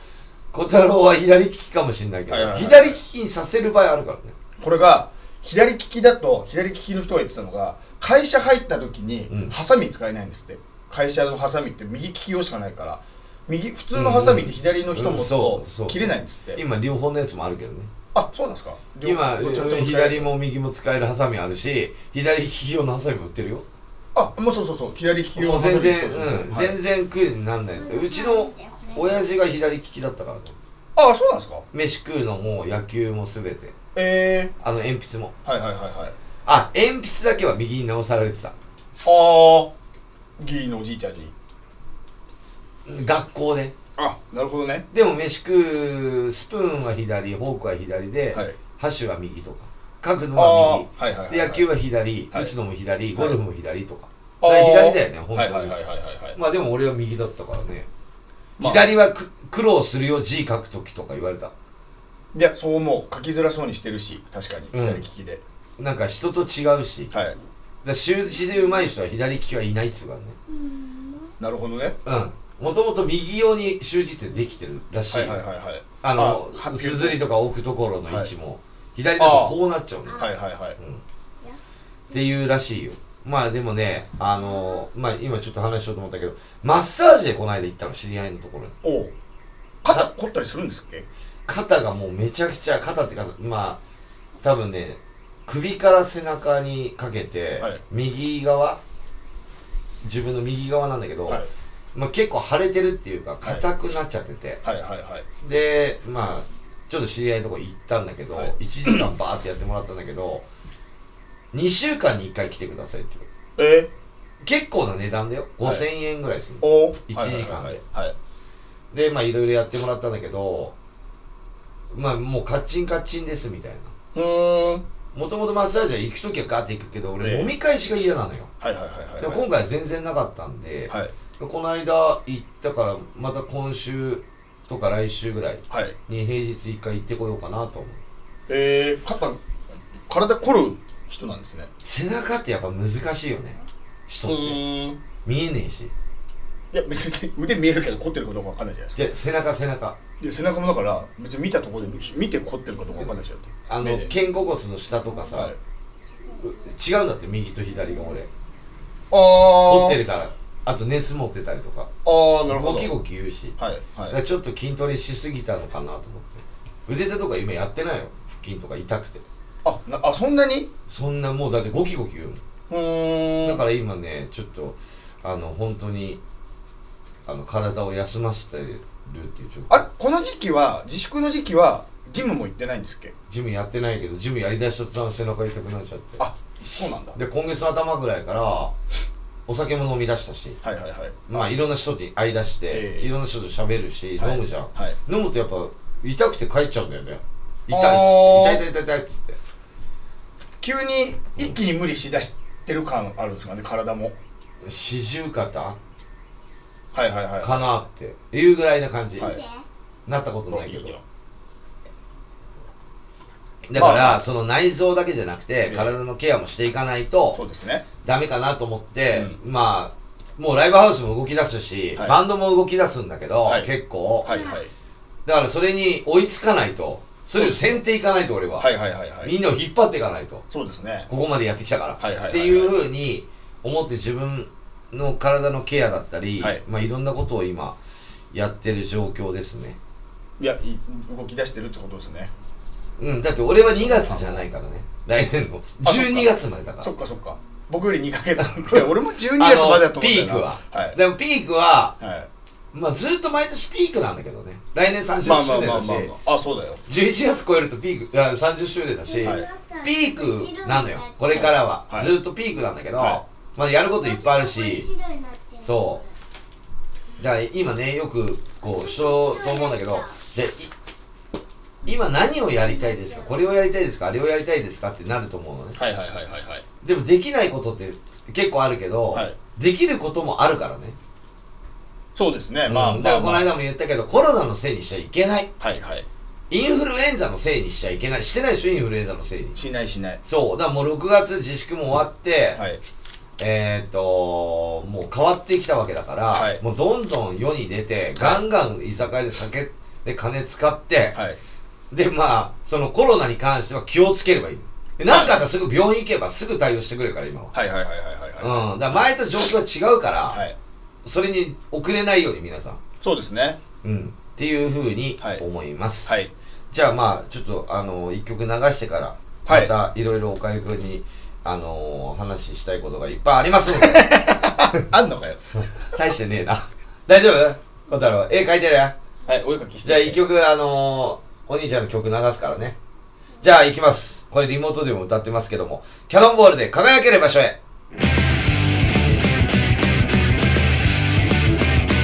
Speaker 1: 小太郎は左利きかもしれないけど、
Speaker 3: はいはいはい
Speaker 1: 左利きにさせる場合あるからね
Speaker 3: これが左利きだと左利きの人が言ってたのが会社入った時
Speaker 1: うん
Speaker 3: にハサミ使えないんですって、会社のハサミって右利き用しかないから右普通のハサミって左の人
Speaker 1: うんうん
Speaker 3: 持つ
Speaker 1: そう
Speaker 3: と
Speaker 1: そう
Speaker 3: 切れないんですって、
Speaker 1: 今両方のやつもあるけどね
Speaker 3: あそうなんですか
Speaker 1: 今
Speaker 3: 両方どっちの人も使える
Speaker 1: 左も右も使えるハサミあるし左利き用のハサミも売ってるよ
Speaker 3: あもうそうそうそう左利き用
Speaker 1: も
Speaker 3: の
Speaker 1: う
Speaker 3: ハサミ
Speaker 1: 全然、
Speaker 3: そうそうそう
Speaker 1: うん
Speaker 3: はい
Speaker 1: 全然食うになんない
Speaker 2: うん
Speaker 1: うちの親父が左利きだったからね
Speaker 3: あそうなんですか
Speaker 1: 飯食うのも野球も全て
Speaker 3: え
Speaker 1: あの鉛筆も
Speaker 3: ー、はいはいはいはい
Speaker 1: あ鉛筆だけは右に直されてた
Speaker 3: ああギーのおじいちゃんに
Speaker 1: 学校で
Speaker 3: あなるほどね
Speaker 1: でも飯食うスプーンは左フォークは左で、
Speaker 3: はい
Speaker 1: 箸は右とか書くの
Speaker 3: あ
Speaker 1: は
Speaker 3: あ、はいはい
Speaker 1: 右
Speaker 3: はいは
Speaker 1: で
Speaker 3: い。
Speaker 1: 野球は左
Speaker 3: はい
Speaker 1: 打つのも左ゴルフも左とか
Speaker 3: あー
Speaker 1: だから左だよね本
Speaker 3: はいはい
Speaker 1: 当
Speaker 3: はいはい
Speaker 1: に
Speaker 3: はいはい。
Speaker 1: まあでも俺は右だったからね
Speaker 3: まあ
Speaker 1: 左はく苦労するよ字書く時とか言われた
Speaker 3: いや、そう思う。書きづらそうにしてるし、確かに。
Speaker 1: うん
Speaker 3: 左利きで。
Speaker 1: なんか人と違うしだか
Speaker 3: はい。
Speaker 1: ら習字で上手い人は左利きはいないっつうからね
Speaker 3: なるほどね。
Speaker 1: うんもともと右用に習字ってできてるらしい
Speaker 3: はいはいはいはい。
Speaker 1: あの
Speaker 3: あ発表
Speaker 1: すずりとか置くところの位置も左だとこうなっちゃうのよ
Speaker 3: はいはいはい。
Speaker 1: うんっていうらしいよまあでもねあのまあ今ちょっと話しようと思ったけどマッサージでこの間行ったの知り合いのところに
Speaker 3: おう肩凝ったりするんですっけ
Speaker 1: 肩がもうめちゃくちゃ肩っていうかまあ多分ね首から背中にかけて、
Speaker 3: はい
Speaker 1: 右側自分の右側なんだけど、
Speaker 3: はい
Speaker 1: まあ、結構腫れてるっていうか硬くなっちゃってて、
Speaker 3: はいはいはい。
Speaker 1: でまあちょっと知り合いのとこ行ったんだけど、
Speaker 3: はい
Speaker 1: 1時間バーってやってもらったんだけど2週間に1回来てくださいって言われて
Speaker 3: え
Speaker 1: 結構な値段だよ
Speaker 3: はい
Speaker 1: 5000円ぐらいするの、
Speaker 3: おう
Speaker 1: 一時間
Speaker 3: はいはいはいはい。
Speaker 1: でまあいろいろやってもらったんだけどまあもうカッチンカッチンですみたいな
Speaker 3: うーん。
Speaker 1: もともとマッサージは行く時はガーって行くけど俺
Speaker 3: ええ
Speaker 1: 飲み返しが嫌なのよ、
Speaker 3: はいはいはいはい。
Speaker 1: でも今回は全然なかったんで、
Speaker 3: はい。
Speaker 1: この間行ったからまた今週とか来週ぐらい
Speaker 3: はい。
Speaker 1: に平日1回行ってこようかなと思う
Speaker 3: えー、肩、体凝る人なんですね。
Speaker 1: 背中ってやっぱ難しいよね人
Speaker 3: う
Speaker 1: って
Speaker 3: ーん。
Speaker 1: 見えねえし
Speaker 3: いや、別に腕見えるけど凝ってるかどうかわかんないじゃないですか。
Speaker 1: で背中背中
Speaker 3: で背中もだから、別に見たところで見て凝ってるかどうかわかんないじゃん。
Speaker 1: あの
Speaker 3: 目で
Speaker 1: 肩甲骨の下とかさ、
Speaker 3: はい。
Speaker 1: 違うんだって右と左が俺
Speaker 3: あー。
Speaker 1: 凝ってるからあと熱持ってたりとか
Speaker 3: あー、なるほ
Speaker 1: ゴ
Speaker 3: ど。
Speaker 1: キゴキ言うし、
Speaker 3: はい
Speaker 1: だ
Speaker 3: は
Speaker 1: から
Speaker 3: い。
Speaker 1: ちょっと筋トレしすぎたのかなと思って腕手とか今やってないよ腹筋とか痛くて
Speaker 3: あ、なあそんなに
Speaker 1: そんなもうだってゴキゴキ言うもん
Speaker 3: うー
Speaker 1: だ
Speaker 3: ん。
Speaker 1: から今ねちょっとあの本当にあの体を休ませてるっていう状況
Speaker 3: あれこの時期は自粛の時期はジムも行ってないんですっけ
Speaker 1: ジムやってないけどジムやりだしとったら背中痛くなっちゃって
Speaker 3: あそうなんだ
Speaker 1: で今月の頭ぐらいからお酒も飲み出したし
Speaker 3: はいはいはい
Speaker 1: まあいろんな人と会いだして、
Speaker 3: ええ
Speaker 1: いろんな人と喋るし、
Speaker 3: はい
Speaker 1: 飲むじゃん、
Speaker 3: はい
Speaker 1: 飲むとやっぱ痛くて帰っちゃうんだよね痛いっ
Speaker 3: あー
Speaker 1: つって痛い痛い痛い痛いっつって
Speaker 3: 急に一気に無理しだしてる感あるんですかね体も
Speaker 1: 四十肩
Speaker 3: はいはいはい
Speaker 1: かなっていうぐらいな感じ、
Speaker 3: はい
Speaker 1: なったことないけど
Speaker 3: いいじゃ
Speaker 1: だから、
Speaker 3: まあ
Speaker 1: その内臓だけじゃなくて
Speaker 3: ええ
Speaker 1: 体のケアもしていかない
Speaker 3: そう
Speaker 1: と
Speaker 3: ですね
Speaker 1: ダメかなと思って、まあもうライブハウスも動き出すし、
Speaker 3: はい
Speaker 1: バンドも動き出すんだけど、
Speaker 3: はい
Speaker 1: 結構、
Speaker 3: はいはい
Speaker 1: だからそれに追いつかないとそれを先手いかないと俺は、
Speaker 3: はいはいはいはい
Speaker 1: みんなを引っ張っていかないと
Speaker 3: そうですね
Speaker 1: ここまでやってきたから、
Speaker 3: はいはいはいはい
Speaker 1: っていうふうに思って自分の体のケアだったり、
Speaker 3: はいい
Speaker 1: まあ、いろんなことを今やってる状況ですね、
Speaker 3: いやい動き出してるってことですね
Speaker 1: うん、だって俺は2月じゃないからね来年の12月までだから
Speaker 3: そっかそっか僕より2 ヶ月いや俺も12月までだと思ったな
Speaker 1: ピークは、
Speaker 3: はい
Speaker 1: でもピークは、
Speaker 3: はい
Speaker 1: まあ、ずっと毎年ピークなんだけどね来年30
Speaker 3: まあまあ
Speaker 1: 周年
Speaker 3: まあ
Speaker 1: だし、
Speaker 3: まあまああそうだよ
Speaker 1: 11月超えるとピークあ30周年だし、
Speaker 3: はい
Speaker 1: ピークなのよこれからは、
Speaker 3: はい
Speaker 1: ずっとピークなんだけど、
Speaker 3: は
Speaker 1: まあ、やることいっぱいあるしそだから今ねよくこうしようと思うんだけどじゃあい今何をやりたいですかこれをやりたいですかあれをやりたいですかってなると思うのね
Speaker 3: はいはいはいはいはい
Speaker 1: でもできないことって結構あるけど、
Speaker 3: はい
Speaker 1: できることもあるからね、
Speaker 3: そうですね
Speaker 1: うん
Speaker 3: まあ
Speaker 1: だからこ
Speaker 3: ま
Speaker 1: の
Speaker 3: あま
Speaker 1: 間も言ったけどコロナのせいにしちゃいけない
Speaker 3: あはいはい
Speaker 1: インフルエンザのせいにしちゃいけないしてないでしょインフルエンザのせいに
Speaker 3: しないしない
Speaker 1: そうだからもう6月自粛も終わって、
Speaker 3: はい
Speaker 1: えーっ、ともう変わってきたわけだから、
Speaker 3: はい
Speaker 1: もうどんどん世に出てガンガン居酒屋で酒で金使って、
Speaker 3: はい
Speaker 1: でまあそのコロナに関しては気をつければいいでなんかあったらすぐ病院行けばすぐ対応してくれるから今は、
Speaker 3: はいはいはいはいはいはい
Speaker 1: うんだから前と状況は違うから、
Speaker 3: はい
Speaker 1: それに遅れないように皆さ
Speaker 3: そうですね
Speaker 1: ん、うん、っていうふうに
Speaker 3: はい
Speaker 1: 思います、
Speaker 3: はい
Speaker 1: じゃあまあちょっとあの一曲流してからま
Speaker 3: はい
Speaker 1: たいろいろ岡井君にあの話したいことがいっぱいありますので
Speaker 3: あんのかよ
Speaker 1: 大してねえな大丈夫小太郎絵描いてる
Speaker 3: はいお絵かきして
Speaker 1: じゃあ一曲あのお兄ちゃんの曲流すからねじゃあ行きますこれリモートでも歌ってますけどもキャノンボールで輝ける場所へ
Speaker 4: 「輝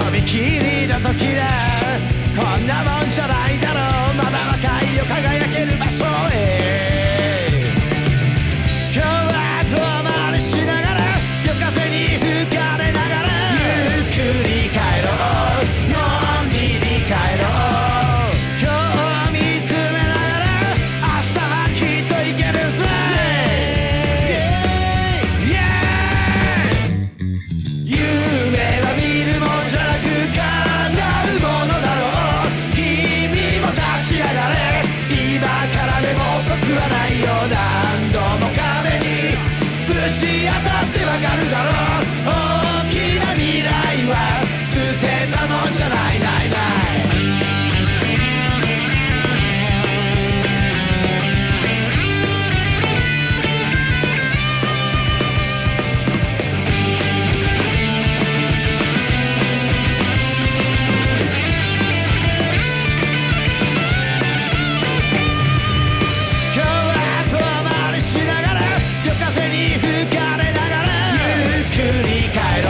Speaker 4: 時だこんなもんじゃないだろうまだ若いよ輝ける場所へ今日は遠回りしながら夜風に吹かれながらゆっくり帰ろうのんびり帰ろう今日を見つめながら明日はきっといけるぜ Yeah! 夢は見るもんじゃなく叶うものだろう君も立ち上がれ今からでも遅くはないよ何度も壁にぶち当たってわかるだろう大きな未来は捨てたもんじゃないないない今日は遠回りしながら夜風に吹かれながらゆっくり帰ろ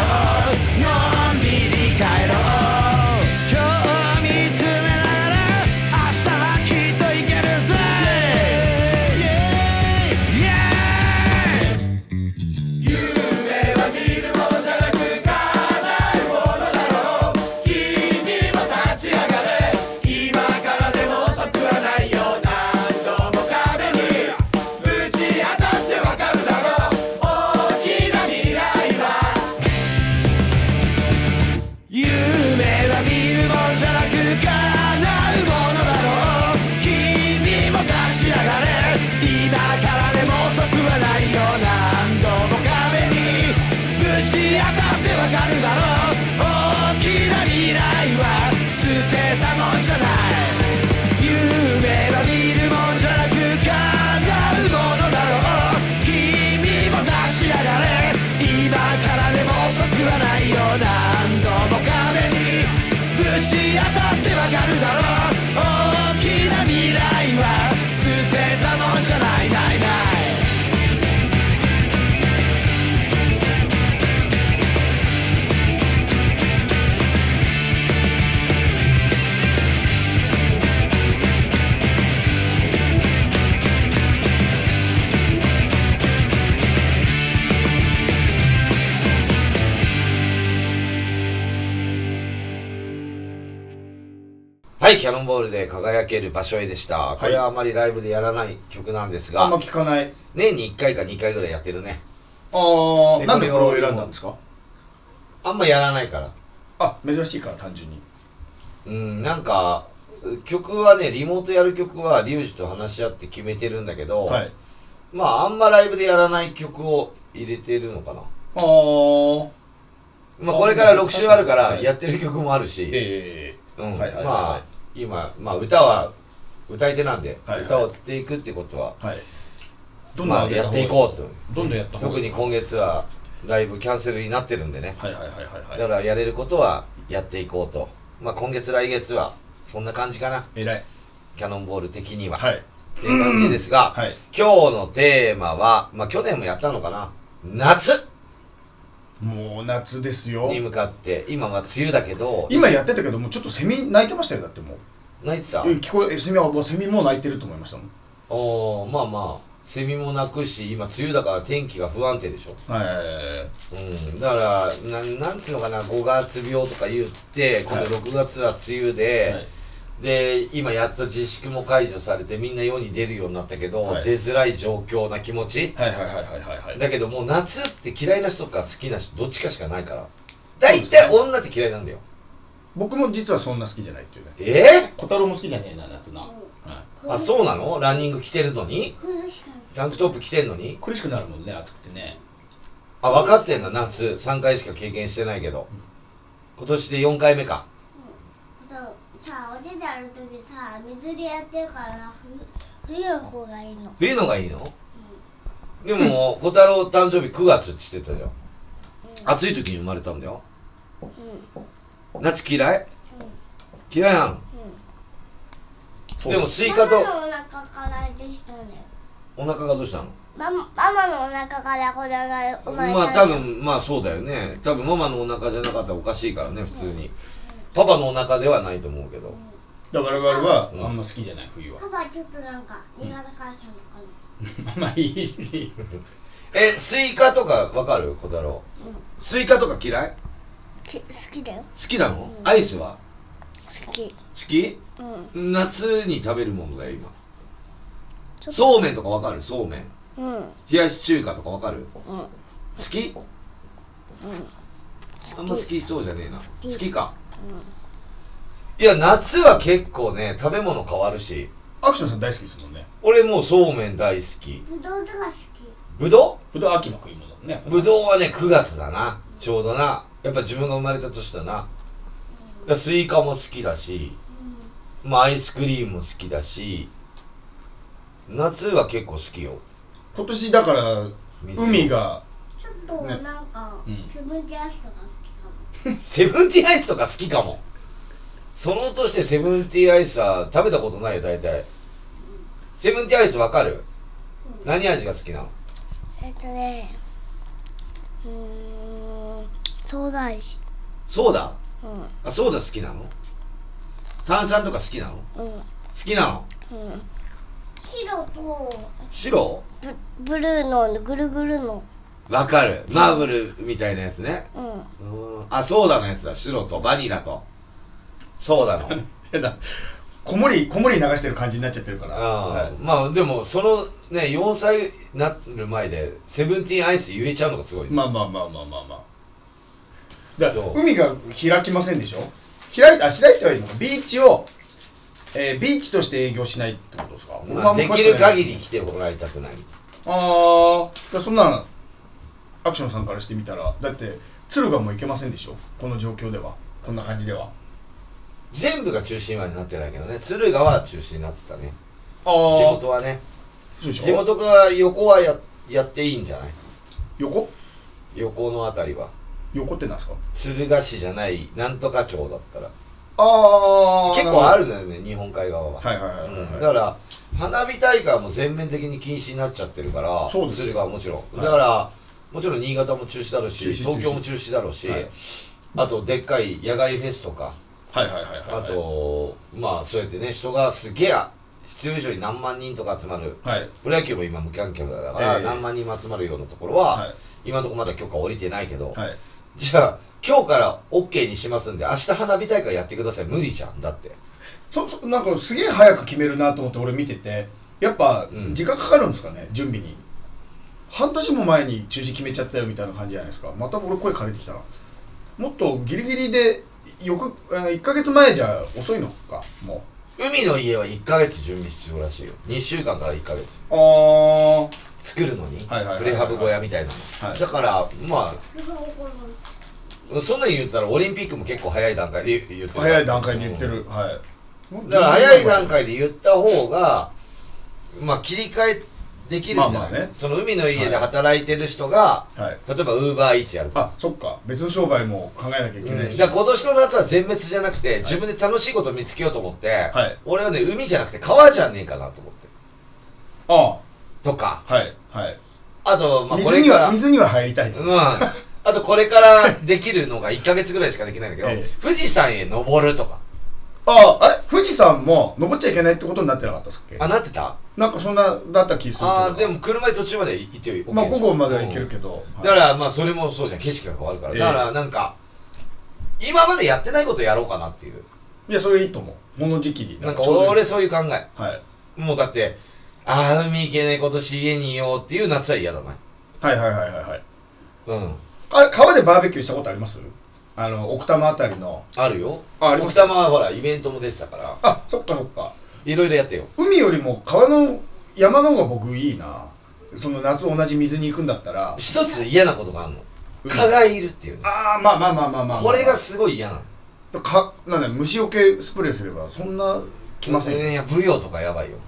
Speaker 4: うのんびり帰ろう今日を見つめながら明日はきっといけるぜ Yeah! 夢は見るもんじゃなく叶うものだろう君も立ち上がれ今からでも遅くはないよ何度も壁にぶち当たってわかるだろう大きな未来は捨てたもんじゃない夢は見るもんじゃなく叶うものだろう君も立ち上がれ今からでも遅くはないよ何度も壁にぶち当たってわかるだろう大きな未来は捨てたもんじゃないないない
Speaker 1: はい、キャノンボールで輝ける場所へでした。これはあまりライブでやらない曲なんです
Speaker 3: あんま
Speaker 1: が、
Speaker 3: 聞かない
Speaker 1: 年に1回か2回ぐらいやってるね。
Speaker 3: ああ
Speaker 1: で
Speaker 3: なんでこ
Speaker 1: こ
Speaker 3: れ
Speaker 1: れを
Speaker 3: を選んだんですか
Speaker 1: あんまやらないから。
Speaker 3: あ珍しいから単純に
Speaker 1: うん、なんか、曲はね、リモートやる曲はリュウジと話し合って決めてるんだけど、
Speaker 3: はい
Speaker 1: まあ、あんまライブでやらない曲を入れてるのかな。
Speaker 3: ああ
Speaker 1: まあ、これから6週あるか
Speaker 3: は
Speaker 1: ら、
Speaker 3: い
Speaker 1: やってる曲もあるし、
Speaker 3: え
Speaker 1: うん、
Speaker 3: はいはいはいはい
Speaker 1: まあ、今、まあ、歌は歌い手なんで、
Speaker 3: はいはい
Speaker 1: 歌を追っていくってことは、
Speaker 3: えはい
Speaker 1: まあ、やっていこうと。
Speaker 3: うどんどんやった方が
Speaker 1: 特
Speaker 3: いい
Speaker 1: に今月はライブキャンセルになってるんでね、
Speaker 3: はいはいはいはい
Speaker 1: だ
Speaker 3: はい
Speaker 1: からやれることはやっていこうと、まあ、今月来月はそんな感じかな
Speaker 3: 偉い
Speaker 1: キャノンボール的には、
Speaker 3: はい
Speaker 1: っていう感じですが、
Speaker 3: はい
Speaker 1: 今日のテーマは、まあ、去年もやったのかな夏
Speaker 3: もう夏ですよ
Speaker 1: に向かって今は梅雨だけど
Speaker 3: 今やってたけどもうちょっとセミ鳴いてましたよだってもう
Speaker 1: 泣いてた、
Speaker 3: うん聞こえセミはもうセミもう鳴いてると思いましたもん
Speaker 1: おおまあまあセミも鳴くし今梅雨だから天気が不安定でしょ
Speaker 3: はい
Speaker 1: うん、だからななんつうのかな5月病とか言ってこの6月は梅雨で、
Speaker 3: はい
Speaker 1: で今やっと自粛も解除されてみんな世に出るようになったけど、
Speaker 3: はい
Speaker 1: 出づらい状況な気持ち
Speaker 3: はいはいはいはいはいはい
Speaker 1: だけどもう夏って嫌いな人か好きな人どっちかしかないから大体女って嫌いなんだよ
Speaker 3: 僕も実はそんな好きじゃないっていうね
Speaker 1: え
Speaker 5: 小太郎も好きじゃねえな夏な、は
Speaker 1: ー、あそうなのランニング着てるのに
Speaker 2: この人
Speaker 1: タンクトップ着てんの
Speaker 5: い
Speaker 1: に
Speaker 5: 苦しくなるもんね暑くてね
Speaker 1: あ分かってんだ夏3回しか経験してないけど今年で4回目か
Speaker 2: とさお手である時さ水でやってるから冬冬の方がいいの
Speaker 1: 冬のがいいのでも小太郎誕生日9月って言ってたよ暑い時に生まれたんだよ
Speaker 2: うんうん
Speaker 1: 夏嫌い嫌いなの
Speaker 3: そう
Speaker 1: でもスイカと
Speaker 2: ママのお腹からできたんだよ
Speaker 1: お腹がどうしたの
Speaker 2: ママママのお腹からこれが生まれた
Speaker 1: まあ多分まあそうだよね多分ママのお腹じゃなかったらおかしいからね普通にパパのお腹ではないと思うけど
Speaker 3: だから我々は、
Speaker 1: うん
Speaker 5: あんま好きじゃない冬は
Speaker 2: パパちょっとなんか苦手かしたのかな
Speaker 5: ま あい い
Speaker 1: えスイカとかわかる小太郎
Speaker 2: うん
Speaker 1: スイカとか嫌い
Speaker 2: き好きだよ
Speaker 1: 好きなの
Speaker 2: うん
Speaker 1: アイスは
Speaker 2: 好き
Speaker 1: 好き
Speaker 2: うん
Speaker 1: 夏に食べるものだよ今
Speaker 2: ちょっと
Speaker 1: そうめんとかわかるそうめん
Speaker 2: うんうん
Speaker 1: 冷やし中華とかわかる好
Speaker 2: うん
Speaker 1: きあんま好きそうじゃねえな好
Speaker 2: き
Speaker 1: きかいや夏は結構ね食べ物変わるし
Speaker 3: アクションさん大好きですもんね
Speaker 1: 俺もうそうめん大好き
Speaker 2: ぶどうとか好き
Speaker 1: ぶど
Speaker 5: ぶどう秋の食い物だもんねやっぱ
Speaker 1: う
Speaker 5: ね
Speaker 1: ぶどうはね9月だなちょうどなやっぱ自分が生まれた年だなだからスイカも好きだし
Speaker 2: う
Speaker 1: まあアイスクリームも好きだし夏は結構好きよ
Speaker 3: 今年だから海が
Speaker 2: んちょっとなんか
Speaker 5: うん
Speaker 2: セブンティーアイスとか好きかも
Speaker 1: セブンティーアイスとか好きかもその年でセブンティーアイスは食べたことないよ大体セブンティーアイスわかる
Speaker 2: うん
Speaker 1: 何味が好きなの
Speaker 2: えっとねうーんソーダ味
Speaker 1: ソーダ
Speaker 2: う
Speaker 1: あソーダ好きなの炭酸とか好きなの好
Speaker 2: んうん
Speaker 1: きなの
Speaker 2: うん白と
Speaker 1: 白
Speaker 2: ブブルーのぐるぐるの
Speaker 1: わかるマーブルみたいなやつね
Speaker 2: うん
Speaker 1: うんあソーダのやつだ白とバニラとソー ダのうん
Speaker 3: 変だこもりこもり流してる感じになっちゃってるから、はい
Speaker 1: まあでもそのね4歳になる前でセブンティーンアイス言えちゃうのがすごい、
Speaker 3: まあまあまあまあまあまあだから
Speaker 1: そう
Speaker 3: 海が開きませんでしょ開いたあ開いてはいいのかビーチを、えービーチとして営業しないってことですか、
Speaker 1: まあで
Speaker 3: 僕はあんま詳
Speaker 1: き
Speaker 3: しく
Speaker 1: る
Speaker 3: ない
Speaker 1: 限り来てもらいたくない
Speaker 3: ああだからそんなんアクションさんからしてみたらだって敦賀も行けませんでしょこの状況ではこんな感じでは
Speaker 1: 全部が中心はになってないけどね敦賀は中心になってたね
Speaker 3: あ
Speaker 1: 地
Speaker 3: あ
Speaker 1: 元はね
Speaker 3: そうでしょ
Speaker 1: 地元が横はややっていいんじゃない
Speaker 3: 横
Speaker 1: 横のあたりは
Speaker 3: 横ってなんですか
Speaker 1: 敦賀市じゃないなんとか町だったら
Speaker 3: あ
Speaker 1: 結構あるのよね日本海側は、
Speaker 3: はいはいはいはいはい
Speaker 1: うんだから花火大会も全面的に禁止になっちゃってるから
Speaker 3: そうですよ
Speaker 1: 敦賀はもちろん、
Speaker 3: はい
Speaker 1: だからもちろん新潟も中止だろうし
Speaker 3: 中止
Speaker 1: 東京も中止だろうし、
Speaker 3: はい
Speaker 1: あとでっかい野外フェスとか
Speaker 3: はいはいはいは
Speaker 1: あ
Speaker 3: い
Speaker 1: と、まあそうやってね、人がすげえ必要以上に何万人とか集まる、
Speaker 3: はい
Speaker 1: プロ野球も今、無観客だから、
Speaker 3: ええ
Speaker 1: 何万人も集まるようなところは、
Speaker 3: はい
Speaker 1: 今のところまだ許可下りてないけど、
Speaker 3: はい
Speaker 1: じゃあ、今日から OK にしますんで、明日花火大会やってください、無理じゃん、だって。
Speaker 3: そそなんかすげえ早く決めるなと思って俺見ててやっぱ
Speaker 1: うん
Speaker 3: 時間かかるんですかね、準備に半年も前に中止決めちゃったよみたいな感じじゃないですかまた俺声枯れてきたなもっとギリギリでよく1か月前じゃ遅いのかも
Speaker 1: 海の家は1ヶ月準備必要らしいよ。2週間から1ヶ月。
Speaker 3: うあ
Speaker 1: 作るのに、
Speaker 3: はいはいはいはい
Speaker 1: プレハブ小屋みたいなの。
Speaker 3: はい
Speaker 1: だから、ま
Speaker 2: すごい怒る
Speaker 1: あ、そんなに言ったらオリンピックも結構早い段階で言ってる
Speaker 3: あ早い段階で言ってる、はい
Speaker 1: だから早い段階で言った方が、まあ、切り替えできるんじゃない、
Speaker 3: まあまあね
Speaker 1: その海の家で働いてる人が、
Speaker 3: はい
Speaker 1: 例えばウーバーイーツやるとか、
Speaker 3: あそっか別の商売も考えなきゃいけないし、
Speaker 1: じゃあ今年の夏は全滅じゃなくて、自分で楽しいことを見つけようと思って、
Speaker 3: はい
Speaker 1: 俺はね海じゃなくて川じゃねえかなと思って
Speaker 3: あ
Speaker 1: とか
Speaker 3: あはいはい、
Speaker 1: あと、まあ、こ
Speaker 3: 水
Speaker 1: れ
Speaker 3: に
Speaker 1: から
Speaker 3: は水には入りたいです、
Speaker 1: うんあとこれからできるのが1ヶ月ぐらいしかできないんだけど、
Speaker 3: ええ
Speaker 1: 富士山へ登るとか
Speaker 3: あああれ富士山も登っちゃいけないってことになってなかったっすっけ
Speaker 1: あなってた
Speaker 3: なんかそんなだった気するけど
Speaker 1: あーでも車で途中まで行ってよ、
Speaker 3: まあ
Speaker 1: OK で
Speaker 3: 午
Speaker 1: しょ
Speaker 3: 後まではいけるけど、
Speaker 1: だか
Speaker 3: はい
Speaker 1: らまあそれもそうじゃん景色が変わるから
Speaker 3: ええ
Speaker 1: だからなんか今までやってないことやろうかなっていう
Speaker 3: いやそれいいと思うこの時期に
Speaker 1: なんか
Speaker 3: ちょうどいい
Speaker 1: 俺そういう考え
Speaker 3: はい、
Speaker 1: もうだってああ海行けない今年家にいようっていう夏は嫌だな
Speaker 3: はいはいはいはいはい
Speaker 1: うん
Speaker 3: あれ川でバーベキューしたことありますあの奥多摩あたりの
Speaker 1: あるよ
Speaker 3: あありま
Speaker 1: 奥
Speaker 3: す
Speaker 1: 多摩はほらイベントも出てたから
Speaker 3: あそっかそっか
Speaker 1: いろいろやってよ
Speaker 3: 海よりも川の山の方が僕いいなその夏同じ水に行くんだったら
Speaker 1: 一つ嫌なことがあるの
Speaker 3: うん
Speaker 1: 蚊がいるっていうね
Speaker 3: ああまあまあまあまあまあ、
Speaker 1: これがすごい嫌なの
Speaker 3: かなんだ虫除けスプレーすればそんな来ませんよ、
Speaker 1: いや舞踊とかやばいよ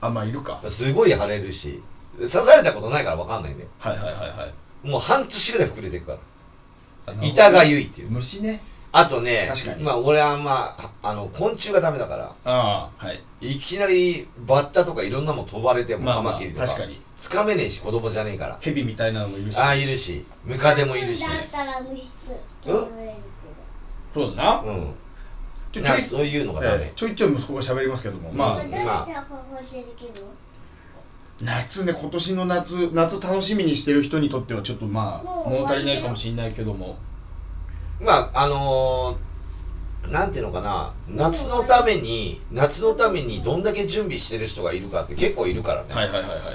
Speaker 3: あまあいるか
Speaker 1: すごい腫れるし刺されたことないから分かんないんだよ
Speaker 3: はいはいはいはい
Speaker 1: もう半年ぐらい膨れてるか
Speaker 3: あ
Speaker 1: ら
Speaker 3: の
Speaker 1: 板がゆいっていう
Speaker 3: 虫ね
Speaker 1: あとね、
Speaker 3: 確かに
Speaker 1: まあ俺はあんまああの昆虫がダメだから、
Speaker 3: ああはい
Speaker 1: いきなりバッタとかいろんなもん飛ばれても、
Speaker 3: まあ
Speaker 1: カ
Speaker 3: まあ
Speaker 1: マキリとか。
Speaker 3: 確かに。
Speaker 1: つかめねえし、子供じゃねえから。
Speaker 3: 蛇みたいなのもいるし
Speaker 1: ああ、いるし、ムカデもいるし。
Speaker 2: だったら無視って言われるけど
Speaker 3: そうだな
Speaker 1: うん。
Speaker 3: ちょちょ、
Speaker 1: ないそういうのがダメ
Speaker 3: ええ、ちょいちょい息子が喋りますけども、まあ
Speaker 2: どうやったら高校生できる
Speaker 3: 夏ね今年の夏夏楽しみにしてる人にとってはちょっとまあ
Speaker 2: もう
Speaker 5: 物足りないかもしれないけども
Speaker 1: まああのーなんていうのかな夏のために夏のためにどんだけ準備してる人がいるかって結構いるからね、
Speaker 5: はいはいはいはいはいはい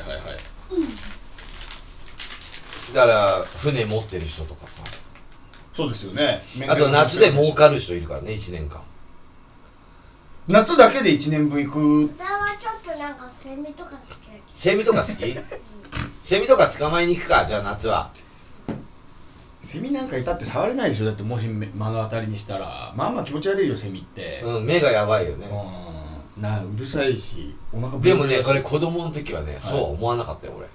Speaker 1: だから船持ってる人とかさ
Speaker 3: そうですよね
Speaker 1: あと夏で儲かる人いるからね1年間
Speaker 3: 夏だけで1年分いく
Speaker 2: 歌はちょっとなんかセミとか好きだ
Speaker 1: セミとか好 きセミとか捕まえに行くかじゃあ夏は
Speaker 3: セミなんかいたって触れないでしょだってもし目目の当たりにしたらまあまあ気持ち悪いよセミって、
Speaker 1: うん目がやばいよね
Speaker 3: うんなうるさいしお腹
Speaker 1: でもね
Speaker 3: だし
Speaker 1: これ子供の時はね、そうは思わなかったよ俺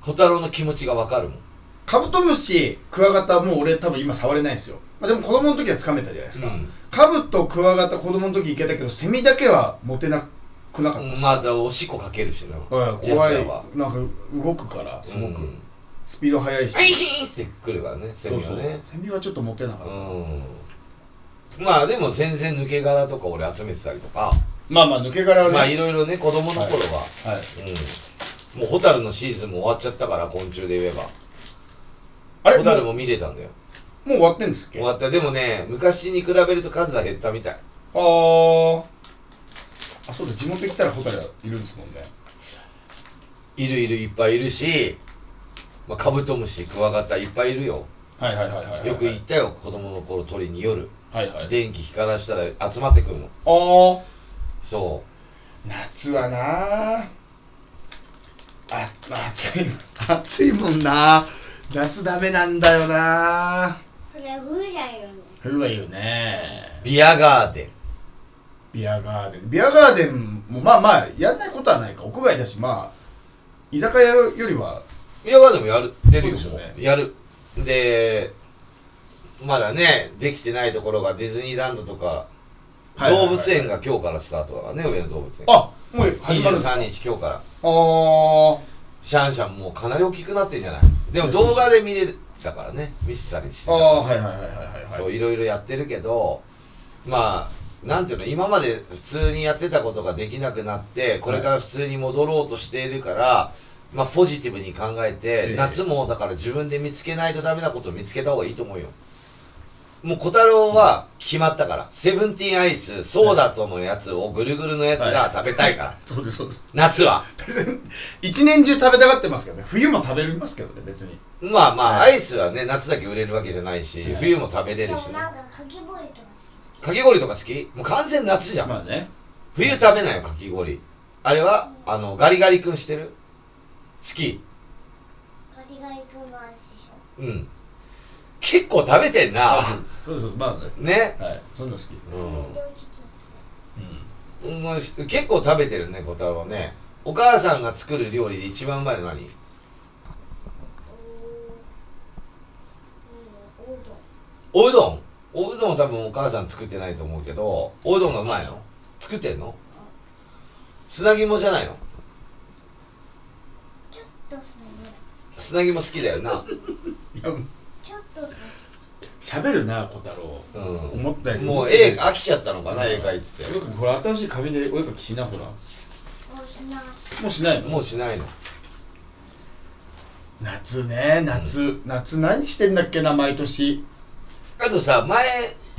Speaker 1: 小太郎の気持ちがわかるもん
Speaker 3: カブトムシクワガタもう俺多分今触れないんですよ、まあ、でも子供の時は掴めたじゃないですか、
Speaker 1: うん
Speaker 3: カブとクワガタ子供の時行けたけどセミだけは持てなくなかったです、
Speaker 1: まだおしっこかけるしな
Speaker 3: うん怖い
Speaker 1: やつらは
Speaker 3: なんか動くからすごく、
Speaker 1: うん
Speaker 3: スピード速いし
Speaker 1: アイヒーってくるからねセミはね
Speaker 3: そうそうセミはちょっと持てなかった、
Speaker 1: うんまあでも全然抜け殻とか俺集めてたりとか
Speaker 3: まあまあ抜け殻はね、
Speaker 1: まあいろいろね子供の頃は、
Speaker 3: はい、
Speaker 1: うんもうホタルのシーズンも終わっちゃったから昆虫で言えば
Speaker 3: あれ
Speaker 1: ホタル
Speaker 3: もう
Speaker 1: も見れたんだよ
Speaker 3: もう終わってんですっけ
Speaker 1: 終わったでもね昔に比べると数は減ったみたい
Speaker 3: あーあそうだ地元行ったらホタルいるんですもんね
Speaker 1: いるいるいっぱいいるし、まあ、カブトムシクワガタいっぱいいるよ
Speaker 3: はいはいはいはいはい
Speaker 1: よく行ったよ子供の頃鳥に夜
Speaker 5: はいはい
Speaker 1: 電気光らしたら集まってくるの
Speaker 3: ああ
Speaker 1: そ
Speaker 3: 夏はなああ暑い暑いもんな夏ダメなんだよな
Speaker 2: それぐらいよね
Speaker 5: 冬はいいよね
Speaker 1: うビアガーデン
Speaker 3: ビアガーデンビアガーデンもまあまあやんないことはないか屋外だしまあ居酒屋よりは
Speaker 1: ビアガーデンもやるってるよ
Speaker 3: そう
Speaker 1: も
Speaker 3: ですよね
Speaker 1: うやるでまだねできてないところがディズニーランドとか、
Speaker 3: はいはいはい
Speaker 1: 動物園が今日からスタートだからね上野動物園
Speaker 3: あもう始まるんですか
Speaker 1: 23日今日から
Speaker 3: あー
Speaker 1: シャンシャンもうかなり大きくなってんじゃないでも動画で見れたからね見せたりして
Speaker 3: あー
Speaker 1: たから
Speaker 3: はいはいはいはいはい
Speaker 1: そういろいろやってるけどまあなんていうの今まで普通にやってたことができなくなってこれから普通に戻ろうとしているから、まあ、ポジティブに考えて、
Speaker 3: ええ
Speaker 1: 夏もだから自分で見つけないとダメなことを見つけた方がいいと思うよもう小太郎は決まったから、セブンティーンアイスソーダとのやつをぐるぐるのやつが食べたいから、
Speaker 3: そうですそうです
Speaker 1: 夏は
Speaker 3: 一年中食べたがってますけどね冬も食べれますけどね別に
Speaker 1: まあまあ、
Speaker 3: はい
Speaker 1: アイスはね夏だけ売れるわけじゃないし、
Speaker 5: はい
Speaker 1: 冬も食べれ
Speaker 2: で
Speaker 1: る
Speaker 2: も
Speaker 1: し、ね、
Speaker 2: なんかかき氷とか
Speaker 1: かき氷とか好きもう完全夏じゃん、
Speaker 5: まあね
Speaker 1: 冬食べないよかき氷あれはあのガリガリ君してる好き
Speaker 2: 好きガリガリ君の味でしょ
Speaker 1: うん結構食べてんな
Speaker 5: そうそうまあね
Speaker 1: ね
Speaker 5: はいそういうの好き
Speaker 1: う
Speaker 2: でもちょっと好
Speaker 5: うん
Speaker 1: んもうし結構食べてるね小太郎ねお母さんが作る料理で一番うまいの何
Speaker 2: きうんうんおうどん
Speaker 1: おうどんおうどんは多分お母さん作ってないと思うけどおうどんがうまいの作ってんの砂肝じゃないの
Speaker 2: ちょっとすね
Speaker 1: 砂肝好きだよな
Speaker 3: いや
Speaker 2: ちょっと
Speaker 5: 喋るな小太郎
Speaker 1: う
Speaker 3: 思ったよ
Speaker 1: ん
Speaker 3: り
Speaker 1: もう絵飽きちゃったのかな絵描いて
Speaker 5: よくほら新しい紙でお絵かきしなほら
Speaker 2: おしな
Speaker 5: もうしない
Speaker 1: て
Speaker 5: の
Speaker 1: もうしないの
Speaker 3: 夏ね夏、夏何してんだっけな毎年
Speaker 1: あとさ前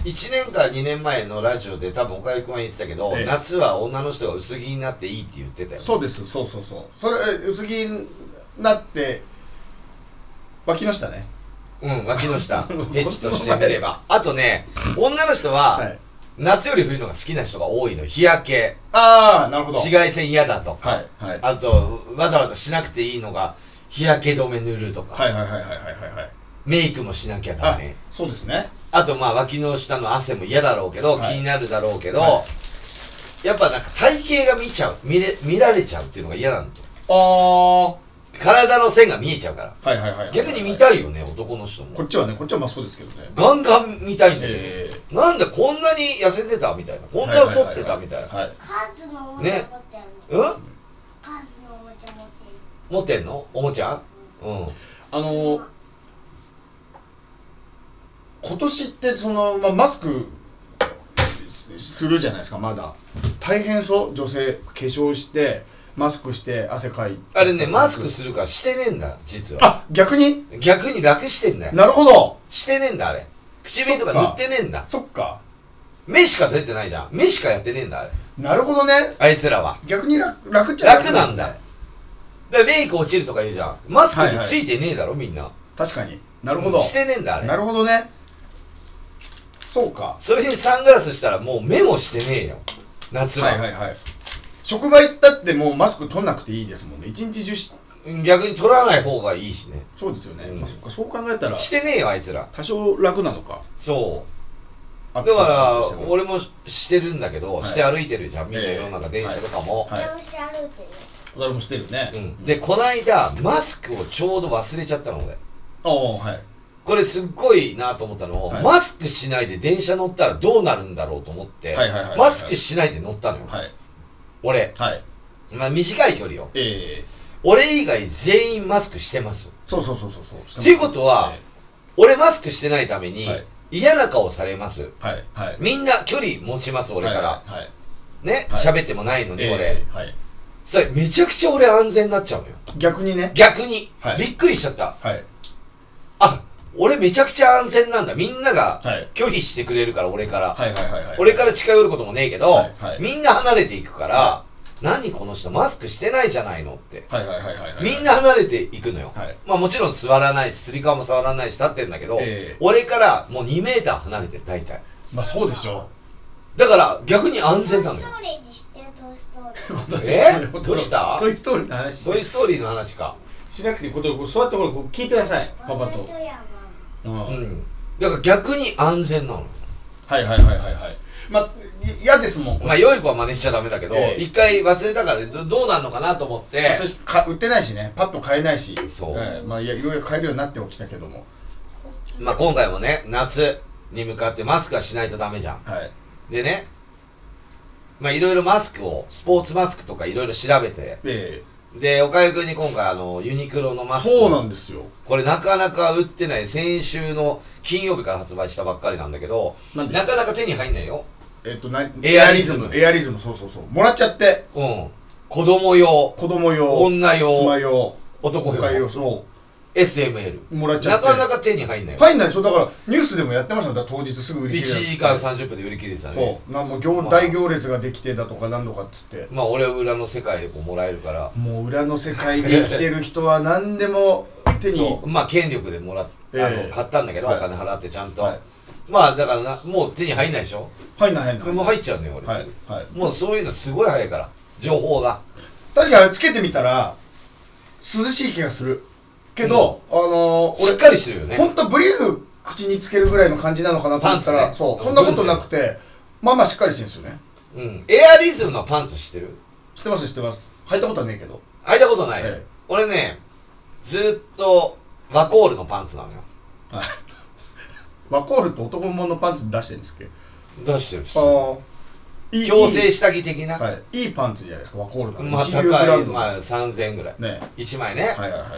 Speaker 1: 1年か2年前のラジオで多分岡井君は言ってたけど、
Speaker 3: ええ
Speaker 1: 夏は女の人が薄着になっていいって言ってたよ
Speaker 3: そうですそうそうそうそれえ薄着になって湧きましたね
Speaker 1: うん脇の 下ヘチとしてみればあとね女の人は、
Speaker 3: はい
Speaker 1: 夏より冬のが好きな人が多いの日焼け
Speaker 3: ああなるほど
Speaker 1: 紫外線嫌だとか、
Speaker 3: はいはい
Speaker 1: あとわざわざしなくていいのが日焼け止め塗るとか、
Speaker 3: はいはいはいはいはいはいはい
Speaker 1: メイクもしなきゃダ
Speaker 3: あ
Speaker 1: メ
Speaker 3: そうですね
Speaker 1: あとまあ脇の下の汗も嫌だろうけど、
Speaker 3: はい
Speaker 1: 気になるだろうけど、
Speaker 3: は
Speaker 1: やっぱなんか体型が見ちゃう見れ見られちゃうっていうのが嫌なんだよ
Speaker 3: ああは
Speaker 1: 体の線が見えちゃうから
Speaker 3: いはいはいはい
Speaker 1: 逆に見たいよね男の人
Speaker 3: こ
Speaker 1: も
Speaker 3: っちはねこっちはまあそうですけどね
Speaker 1: ガンガン見たいんだよ、
Speaker 3: ええ
Speaker 1: なんでこんなに痩せてたみたいなこんな太ってたみたいな、
Speaker 3: はい
Speaker 2: カズのおもちゃ持ってある
Speaker 1: う
Speaker 2: の
Speaker 1: ん
Speaker 2: カズのおもちゃ持ってる
Speaker 1: 持ってんのおもちゃうん
Speaker 3: あの今年ってその、まあ、マスクすするじゃないですかまだ大変そう女性化粧してマスクして汗かいて
Speaker 1: あれねマスクするからしてねえんだ実は
Speaker 3: あ逆に
Speaker 1: 逆に楽してんだよ
Speaker 3: なるほど
Speaker 1: してねえんだあれ唇とか
Speaker 3: そっか
Speaker 1: 塗ってねえんだ
Speaker 3: そっか
Speaker 1: 目しか出てないじゃん目しかやってねえんだあれ
Speaker 3: なるほどね
Speaker 1: あいつらは
Speaker 3: 逆に楽楽っちゃ
Speaker 1: 楽なんだよだからメイク落ちるとか言うじゃんマスクについてねえだろみんな
Speaker 3: 確かになるほど
Speaker 1: してねえんだあれ
Speaker 3: なるほどねそうか
Speaker 1: それにサングラスしたらもう目もしてねえよ夏は、
Speaker 3: はいはいはい職場行ったってもうマスク取んなくていいですもんね一日中し
Speaker 1: 逆に取らない方がいいしね
Speaker 3: そうですよね、
Speaker 1: うん
Speaker 3: まあ、そっかそう考えたら
Speaker 1: してねえよあいつら
Speaker 5: 多少楽なのか
Speaker 1: そ
Speaker 3: だ
Speaker 1: うだから俺もしてるんだけど、
Speaker 3: はい
Speaker 1: して歩いてるじゃんみんな
Speaker 3: ええ
Speaker 1: 世の中電車とかも、
Speaker 3: は
Speaker 2: 調子
Speaker 3: い
Speaker 2: 悪いけど
Speaker 5: 小太郎もしてるね
Speaker 1: うん、でこないだマスクをちょうど忘れちゃったの俺
Speaker 3: おーはい
Speaker 1: これすっごいなと思ったのを、
Speaker 3: はい
Speaker 1: マスクしないで電車乗ったらどうなるんだろうと思って、
Speaker 3: はいはいはい
Speaker 1: マスクしないで乗ったのよ、
Speaker 3: はい
Speaker 1: 俺、
Speaker 3: はい
Speaker 1: まあ、短い距離を
Speaker 3: ええ
Speaker 1: 俺以外全員マスクしてます
Speaker 3: そうそうそうそうそうします
Speaker 1: っていうことは俺マスクしてないために、
Speaker 3: はい
Speaker 1: 嫌な顔されます
Speaker 3: ええはいはい
Speaker 1: みんな距離持ちます俺から、
Speaker 3: はいはい
Speaker 1: ね
Speaker 3: はい
Speaker 1: 喋ってもないのに
Speaker 3: ええ
Speaker 1: 俺、
Speaker 3: はい
Speaker 1: それめちゃくちゃ俺安全になっちゃうのよ
Speaker 3: 逆にね
Speaker 1: 逆に、
Speaker 3: はい
Speaker 1: びっくりしちゃった
Speaker 3: はい
Speaker 1: あ俺めちゃくちゃ安全なんだみんなが
Speaker 3: はい
Speaker 1: 拒否してくれるから俺から、
Speaker 3: はいはいはいはい
Speaker 1: 俺から近寄ることもねえけど、
Speaker 3: はいはい
Speaker 1: みんな離れていくから、
Speaker 3: は
Speaker 1: 何この人マスクしてないじゃないのって、
Speaker 3: はいはいはいはいはい
Speaker 1: みんな離れていくのよ、
Speaker 3: はい
Speaker 1: まあもちろん座らないしすり革も触らないし立ってんだけど、
Speaker 3: ええ
Speaker 1: 俺からもう2メーター離れてる大体
Speaker 3: まあそうでしょ
Speaker 1: だから逆に安全なの
Speaker 2: トイ
Speaker 1: よ
Speaker 2: ストーリーにしてトイストーリー
Speaker 1: えどうした
Speaker 5: トイストーリーの話し
Speaker 1: トイ・ストーリーの話か
Speaker 5: しなくていいことを座ってほらこう聞いてくださいパパ
Speaker 2: ワンナイ
Speaker 5: と
Speaker 2: トヤ
Speaker 5: うん
Speaker 1: う
Speaker 5: はい
Speaker 1: んだから逆に安全なの
Speaker 3: はいはいはいはいはいまあい嫌ですもんこれ
Speaker 1: まあ良い子は真似しちゃダメだけど
Speaker 3: ええ
Speaker 1: 一、回忘れたからどどうなんのかなと思って
Speaker 3: そしてか売ってないしねパッと買えないし
Speaker 1: そう
Speaker 3: はいまあいやいろいろ買えるようになってきたけども
Speaker 1: まあ今回もね夏に向かってマスクはしないとダメじゃん
Speaker 3: はい
Speaker 1: でねまあいろいろマスクをスポーツマスクとかいろいろ調べて
Speaker 3: え
Speaker 1: で岡井君に今回あのユニクロの
Speaker 3: え
Speaker 1: マスク
Speaker 3: そうなんですよ
Speaker 1: これなかなか売ってない先週の金曜日から発売したばっかりなんだけど
Speaker 3: な
Speaker 1: なん
Speaker 3: でしょう
Speaker 1: かなか手に入んないよ
Speaker 3: えっとな
Speaker 1: エアリズム
Speaker 3: エアリズムそうそうそうもらっちゃって
Speaker 1: うん子供用
Speaker 3: 子供用
Speaker 1: 女用
Speaker 3: 妻用
Speaker 1: 男用
Speaker 3: 国会用そう
Speaker 1: SML
Speaker 3: もらっちゃ
Speaker 1: な
Speaker 3: って
Speaker 1: かなか手に入んないよ
Speaker 3: 入んないでしょだからニュースでもやってましたもんだから当日すぐ売り
Speaker 1: 1
Speaker 3: 切れ
Speaker 1: 時間30分で売り切れてたね
Speaker 3: そうなんもう行、
Speaker 1: まあ
Speaker 3: 大行列ができてだとか何度かっつって
Speaker 1: まあ俺は裏の世界でこうもらえるから
Speaker 3: もう裏の世界で生きてる人は何でも手に
Speaker 1: そうまあ権力でもらっあ
Speaker 3: え
Speaker 1: の
Speaker 3: え
Speaker 1: 買ったんだけど、
Speaker 3: はい
Speaker 1: お金払ってちゃんと、
Speaker 3: はい
Speaker 1: まあだからなもう手に入んないでしょ
Speaker 3: 入んない入んない
Speaker 1: もう入っちゃうね俺、
Speaker 3: はい
Speaker 1: すぐ
Speaker 3: はい
Speaker 1: もうそういうのすごい早いから情報が
Speaker 3: 確かにつけてみたら涼しい気がするけど、あのー、
Speaker 1: しっかりしてるよね
Speaker 3: ほんとブリーフ口につけるぐらいの感じなのかなと思ったら、
Speaker 1: パンツね
Speaker 3: そうそんなことなくてまあまあしっかりしてるんですよね
Speaker 1: うんエアリズムのパンツ知ってる
Speaker 3: 知ってます知ってます履いたことはねえけど
Speaker 1: 履いたことない、
Speaker 3: ええ
Speaker 1: 俺ねずっとワコールのパンツなのよ
Speaker 3: はいワコールと男物のパンツ出してるんですっけど
Speaker 1: 出してる普通
Speaker 3: ああいい
Speaker 1: 強制下着的な、
Speaker 3: はい、いいパンツじゃないですかワコールだ、
Speaker 1: まあ
Speaker 3: 一流ブラ
Speaker 1: 高い
Speaker 3: ンド、
Speaker 1: まあ3000円ぐらい、
Speaker 3: ね
Speaker 1: 1枚ね、
Speaker 3: はいはいはい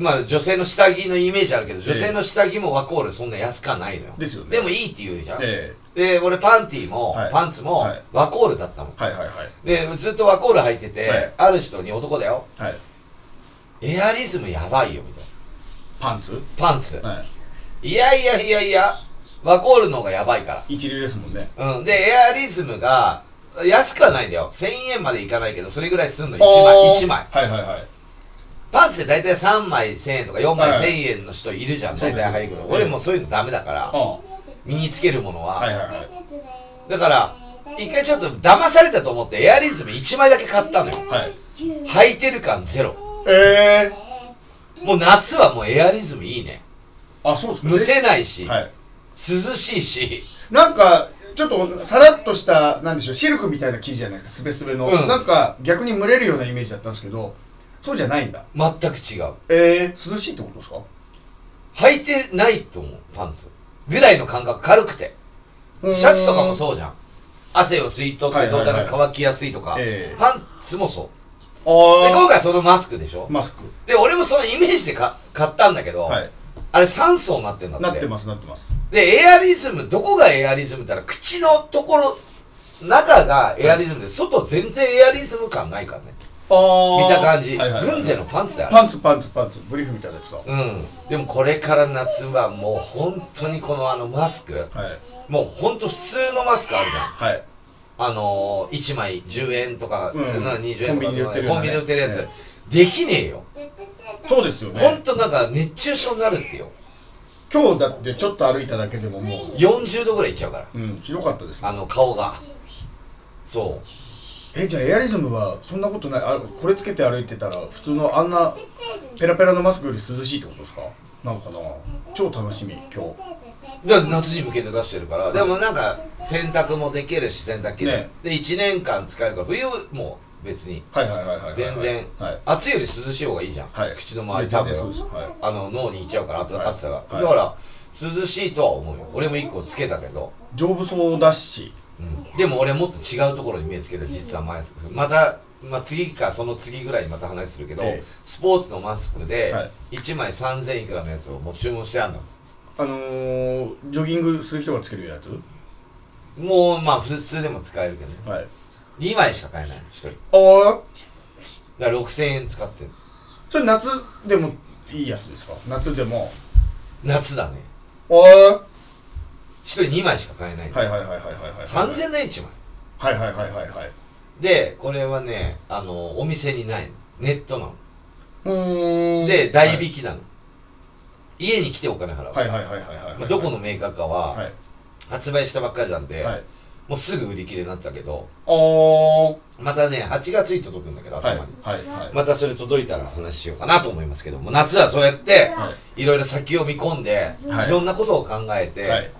Speaker 1: まあ女性の下着のイメージあるけど女性の下着もワコールそんな安くはないのよ
Speaker 3: ですよね
Speaker 1: でもいいって言うじゃん、
Speaker 3: え
Speaker 1: で俺パンティーも、
Speaker 3: はい
Speaker 1: パンツも
Speaker 3: はい
Speaker 1: ワコールだったの、
Speaker 3: えはいはいはい
Speaker 1: でずっとワコール履いてて、
Speaker 3: はい
Speaker 1: ある人に男だよ
Speaker 3: はい
Speaker 1: エアリズムやばいよみたいな
Speaker 3: パンツ
Speaker 1: パンツ、、
Speaker 3: はい
Speaker 1: やいやいやいやワコールの方がやばいか
Speaker 3: い一流ですもんね
Speaker 1: らうんでエアリズムが安くはないんだよ1000円までいかないけどそれぐらいすんの1
Speaker 3: あ
Speaker 1: 枚
Speaker 3: ー
Speaker 1: 1枚
Speaker 3: はいはいはい
Speaker 1: パンツって大体3枚1000円とか4枚
Speaker 3: はい
Speaker 1: 1000円の人いるじゃん、
Speaker 3: そう
Speaker 1: 大
Speaker 3: です
Speaker 1: 体早いけど
Speaker 3: はい
Speaker 1: 俺もうそういうのダメだから
Speaker 3: あ
Speaker 1: 身につけるものは、
Speaker 3: はいはいはい
Speaker 1: だから一回ちょっと騙されたと思ってエアリズム1枚だけ買ったのよ
Speaker 3: はい
Speaker 1: 履いてる感ゼロ
Speaker 3: ええ
Speaker 1: もう夏はもうエアリズムいいね
Speaker 3: あそうです
Speaker 1: むせないし、
Speaker 3: はい
Speaker 1: 涼しいし
Speaker 3: なんかちょっとさらっとしたなんでしょうシルクみたいな生地じゃないですかすべすべの、
Speaker 1: うん
Speaker 3: なんか逆に蒸れるようなイメージだったんですけどそうじゃないんだ
Speaker 1: 全く違う
Speaker 3: ええ涼しいってことですか
Speaker 1: 履いてないと思うパンツぐらいの感覚軽くてシャツとかもそうじゃん汗を吸い取っ
Speaker 3: はい
Speaker 1: て
Speaker 3: はいは
Speaker 1: ど
Speaker 3: い
Speaker 1: だ
Speaker 3: う
Speaker 1: ら乾きやすいとか、
Speaker 3: ええ
Speaker 1: パンツもそうで
Speaker 3: あ
Speaker 1: 今回そのマスクでしょ
Speaker 3: あマスク
Speaker 1: で俺もそのイメージでか買ったんだけど、
Speaker 3: はい
Speaker 1: あれ3層になってんだって
Speaker 3: なってますなってます
Speaker 1: でエアリズムどこがエアリズムって言ったら口のところ中がエアリズムで、外全然エアリズム感ないからね
Speaker 3: ああ
Speaker 1: 見た感じ、
Speaker 5: はいはいはい
Speaker 1: 軍勢のパンツだよあれ
Speaker 3: パンツパンツパンツブリーフみたいなやつだ
Speaker 1: うん、でもこれから夏はもう本当にこのあのマスク
Speaker 3: はい
Speaker 1: もう本当普通のマスクあるじゃん
Speaker 3: はい
Speaker 1: あのー、1枚10円とか、
Speaker 3: うん
Speaker 1: な20円とか
Speaker 3: コンビニで売ってるようなね
Speaker 1: コンビニで売ってるやつ、
Speaker 3: ね
Speaker 1: できねえよ
Speaker 3: そうですよ
Speaker 1: 本
Speaker 3: ね
Speaker 1: 当なんか熱中症になるってよ
Speaker 3: 今日だってちょっと歩いただけでもも
Speaker 1: 40度ぐらいいっちゃうから
Speaker 3: ううんひどかったですね
Speaker 1: あの顔がそ
Speaker 3: えじゃあエアリズムはそんなことないあこれつけて歩いてたら普通のあんなペラペラのマスクより涼しいってことですかなんかな超楽しみ今日
Speaker 1: うだから夏に向けて出してるからでもなんか洗濯もできるし洗濯機で、
Speaker 3: ね
Speaker 1: で1年間使えるから冬も別に
Speaker 3: はいはいはいはいはいはい
Speaker 1: 全然
Speaker 3: はい
Speaker 1: 暑いより涼しい方がいいじゃん、
Speaker 3: はい
Speaker 1: 口の周り多分、
Speaker 3: そうですは
Speaker 1: あの脳にいっちゃうから暑
Speaker 3: はい
Speaker 1: 暑さが、
Speaker 3: はい
Speaker 1: だから涼しいとは思うよ俺も1個つけたけど、
Speaker 3: い丈夫そうだし
Speaker 1: うんでも俺もっと違うところに目つけて実は前また、まあ、次かその次ぐらいにまた話するけど、
Speaker 3: ええ
Speaker 1: スポーツのマスクで
Speaker 3: はい
Speaker 1: 1枚3000いくらのやつをもう注文してあるの
Speaker 3: あのー、ジョギングする人がつけるやつ
Speaker 1: もうまあ普通でも使えるけどね
Speaker 3: はい
Speaker 1: 2枚しか買えないの1人だか
Speaker 3: ああ
Speaker 1: ら6000円使ってる
Speaker 3: それ夏でもいいやつですか夏でも
Speaker 1: 夏だね
Speaker 3: ああは
Speaker 1: 1人2枚しか買えない、
Speaker 3: いはいはいはいはいはい
Speaker 1: 3000円1枚
Speaker 3: はいはいはいはいはい
Speaker 1: でこれはねあのお店にないのネットなの
Speaker 3: うーん
Speaker 1: で代引きなの、家に来てお金払う、
Speaker 3: はいはいはいはいはい
Speaker 1: ま
Speaker 3: は
Speaker 1: あ
Speaker 3: い
Speaker 1: どこのメーカーかは、
Speaker 3: はい
Speaker 1: 発売したばっかりなんで、
Speaker 3: はい
Speaker 1: もうすぐ売り切れになったけど
Speaker 3: ああは
Speaker 1: またね8月に届くんだけど
Speaker 3: いはい
Speaker 1: 頭に、
Speaker 3: はい
Speaker 1: またそれ届いたら話しようかなと思いますけども夏はそうやって、、
Speaker 3: はい
Speaker 1: ろいろ先を見込んで、
Speaker 3: はい
Speaker 1: い、ろんなことを考えて、
Speaker 3: はい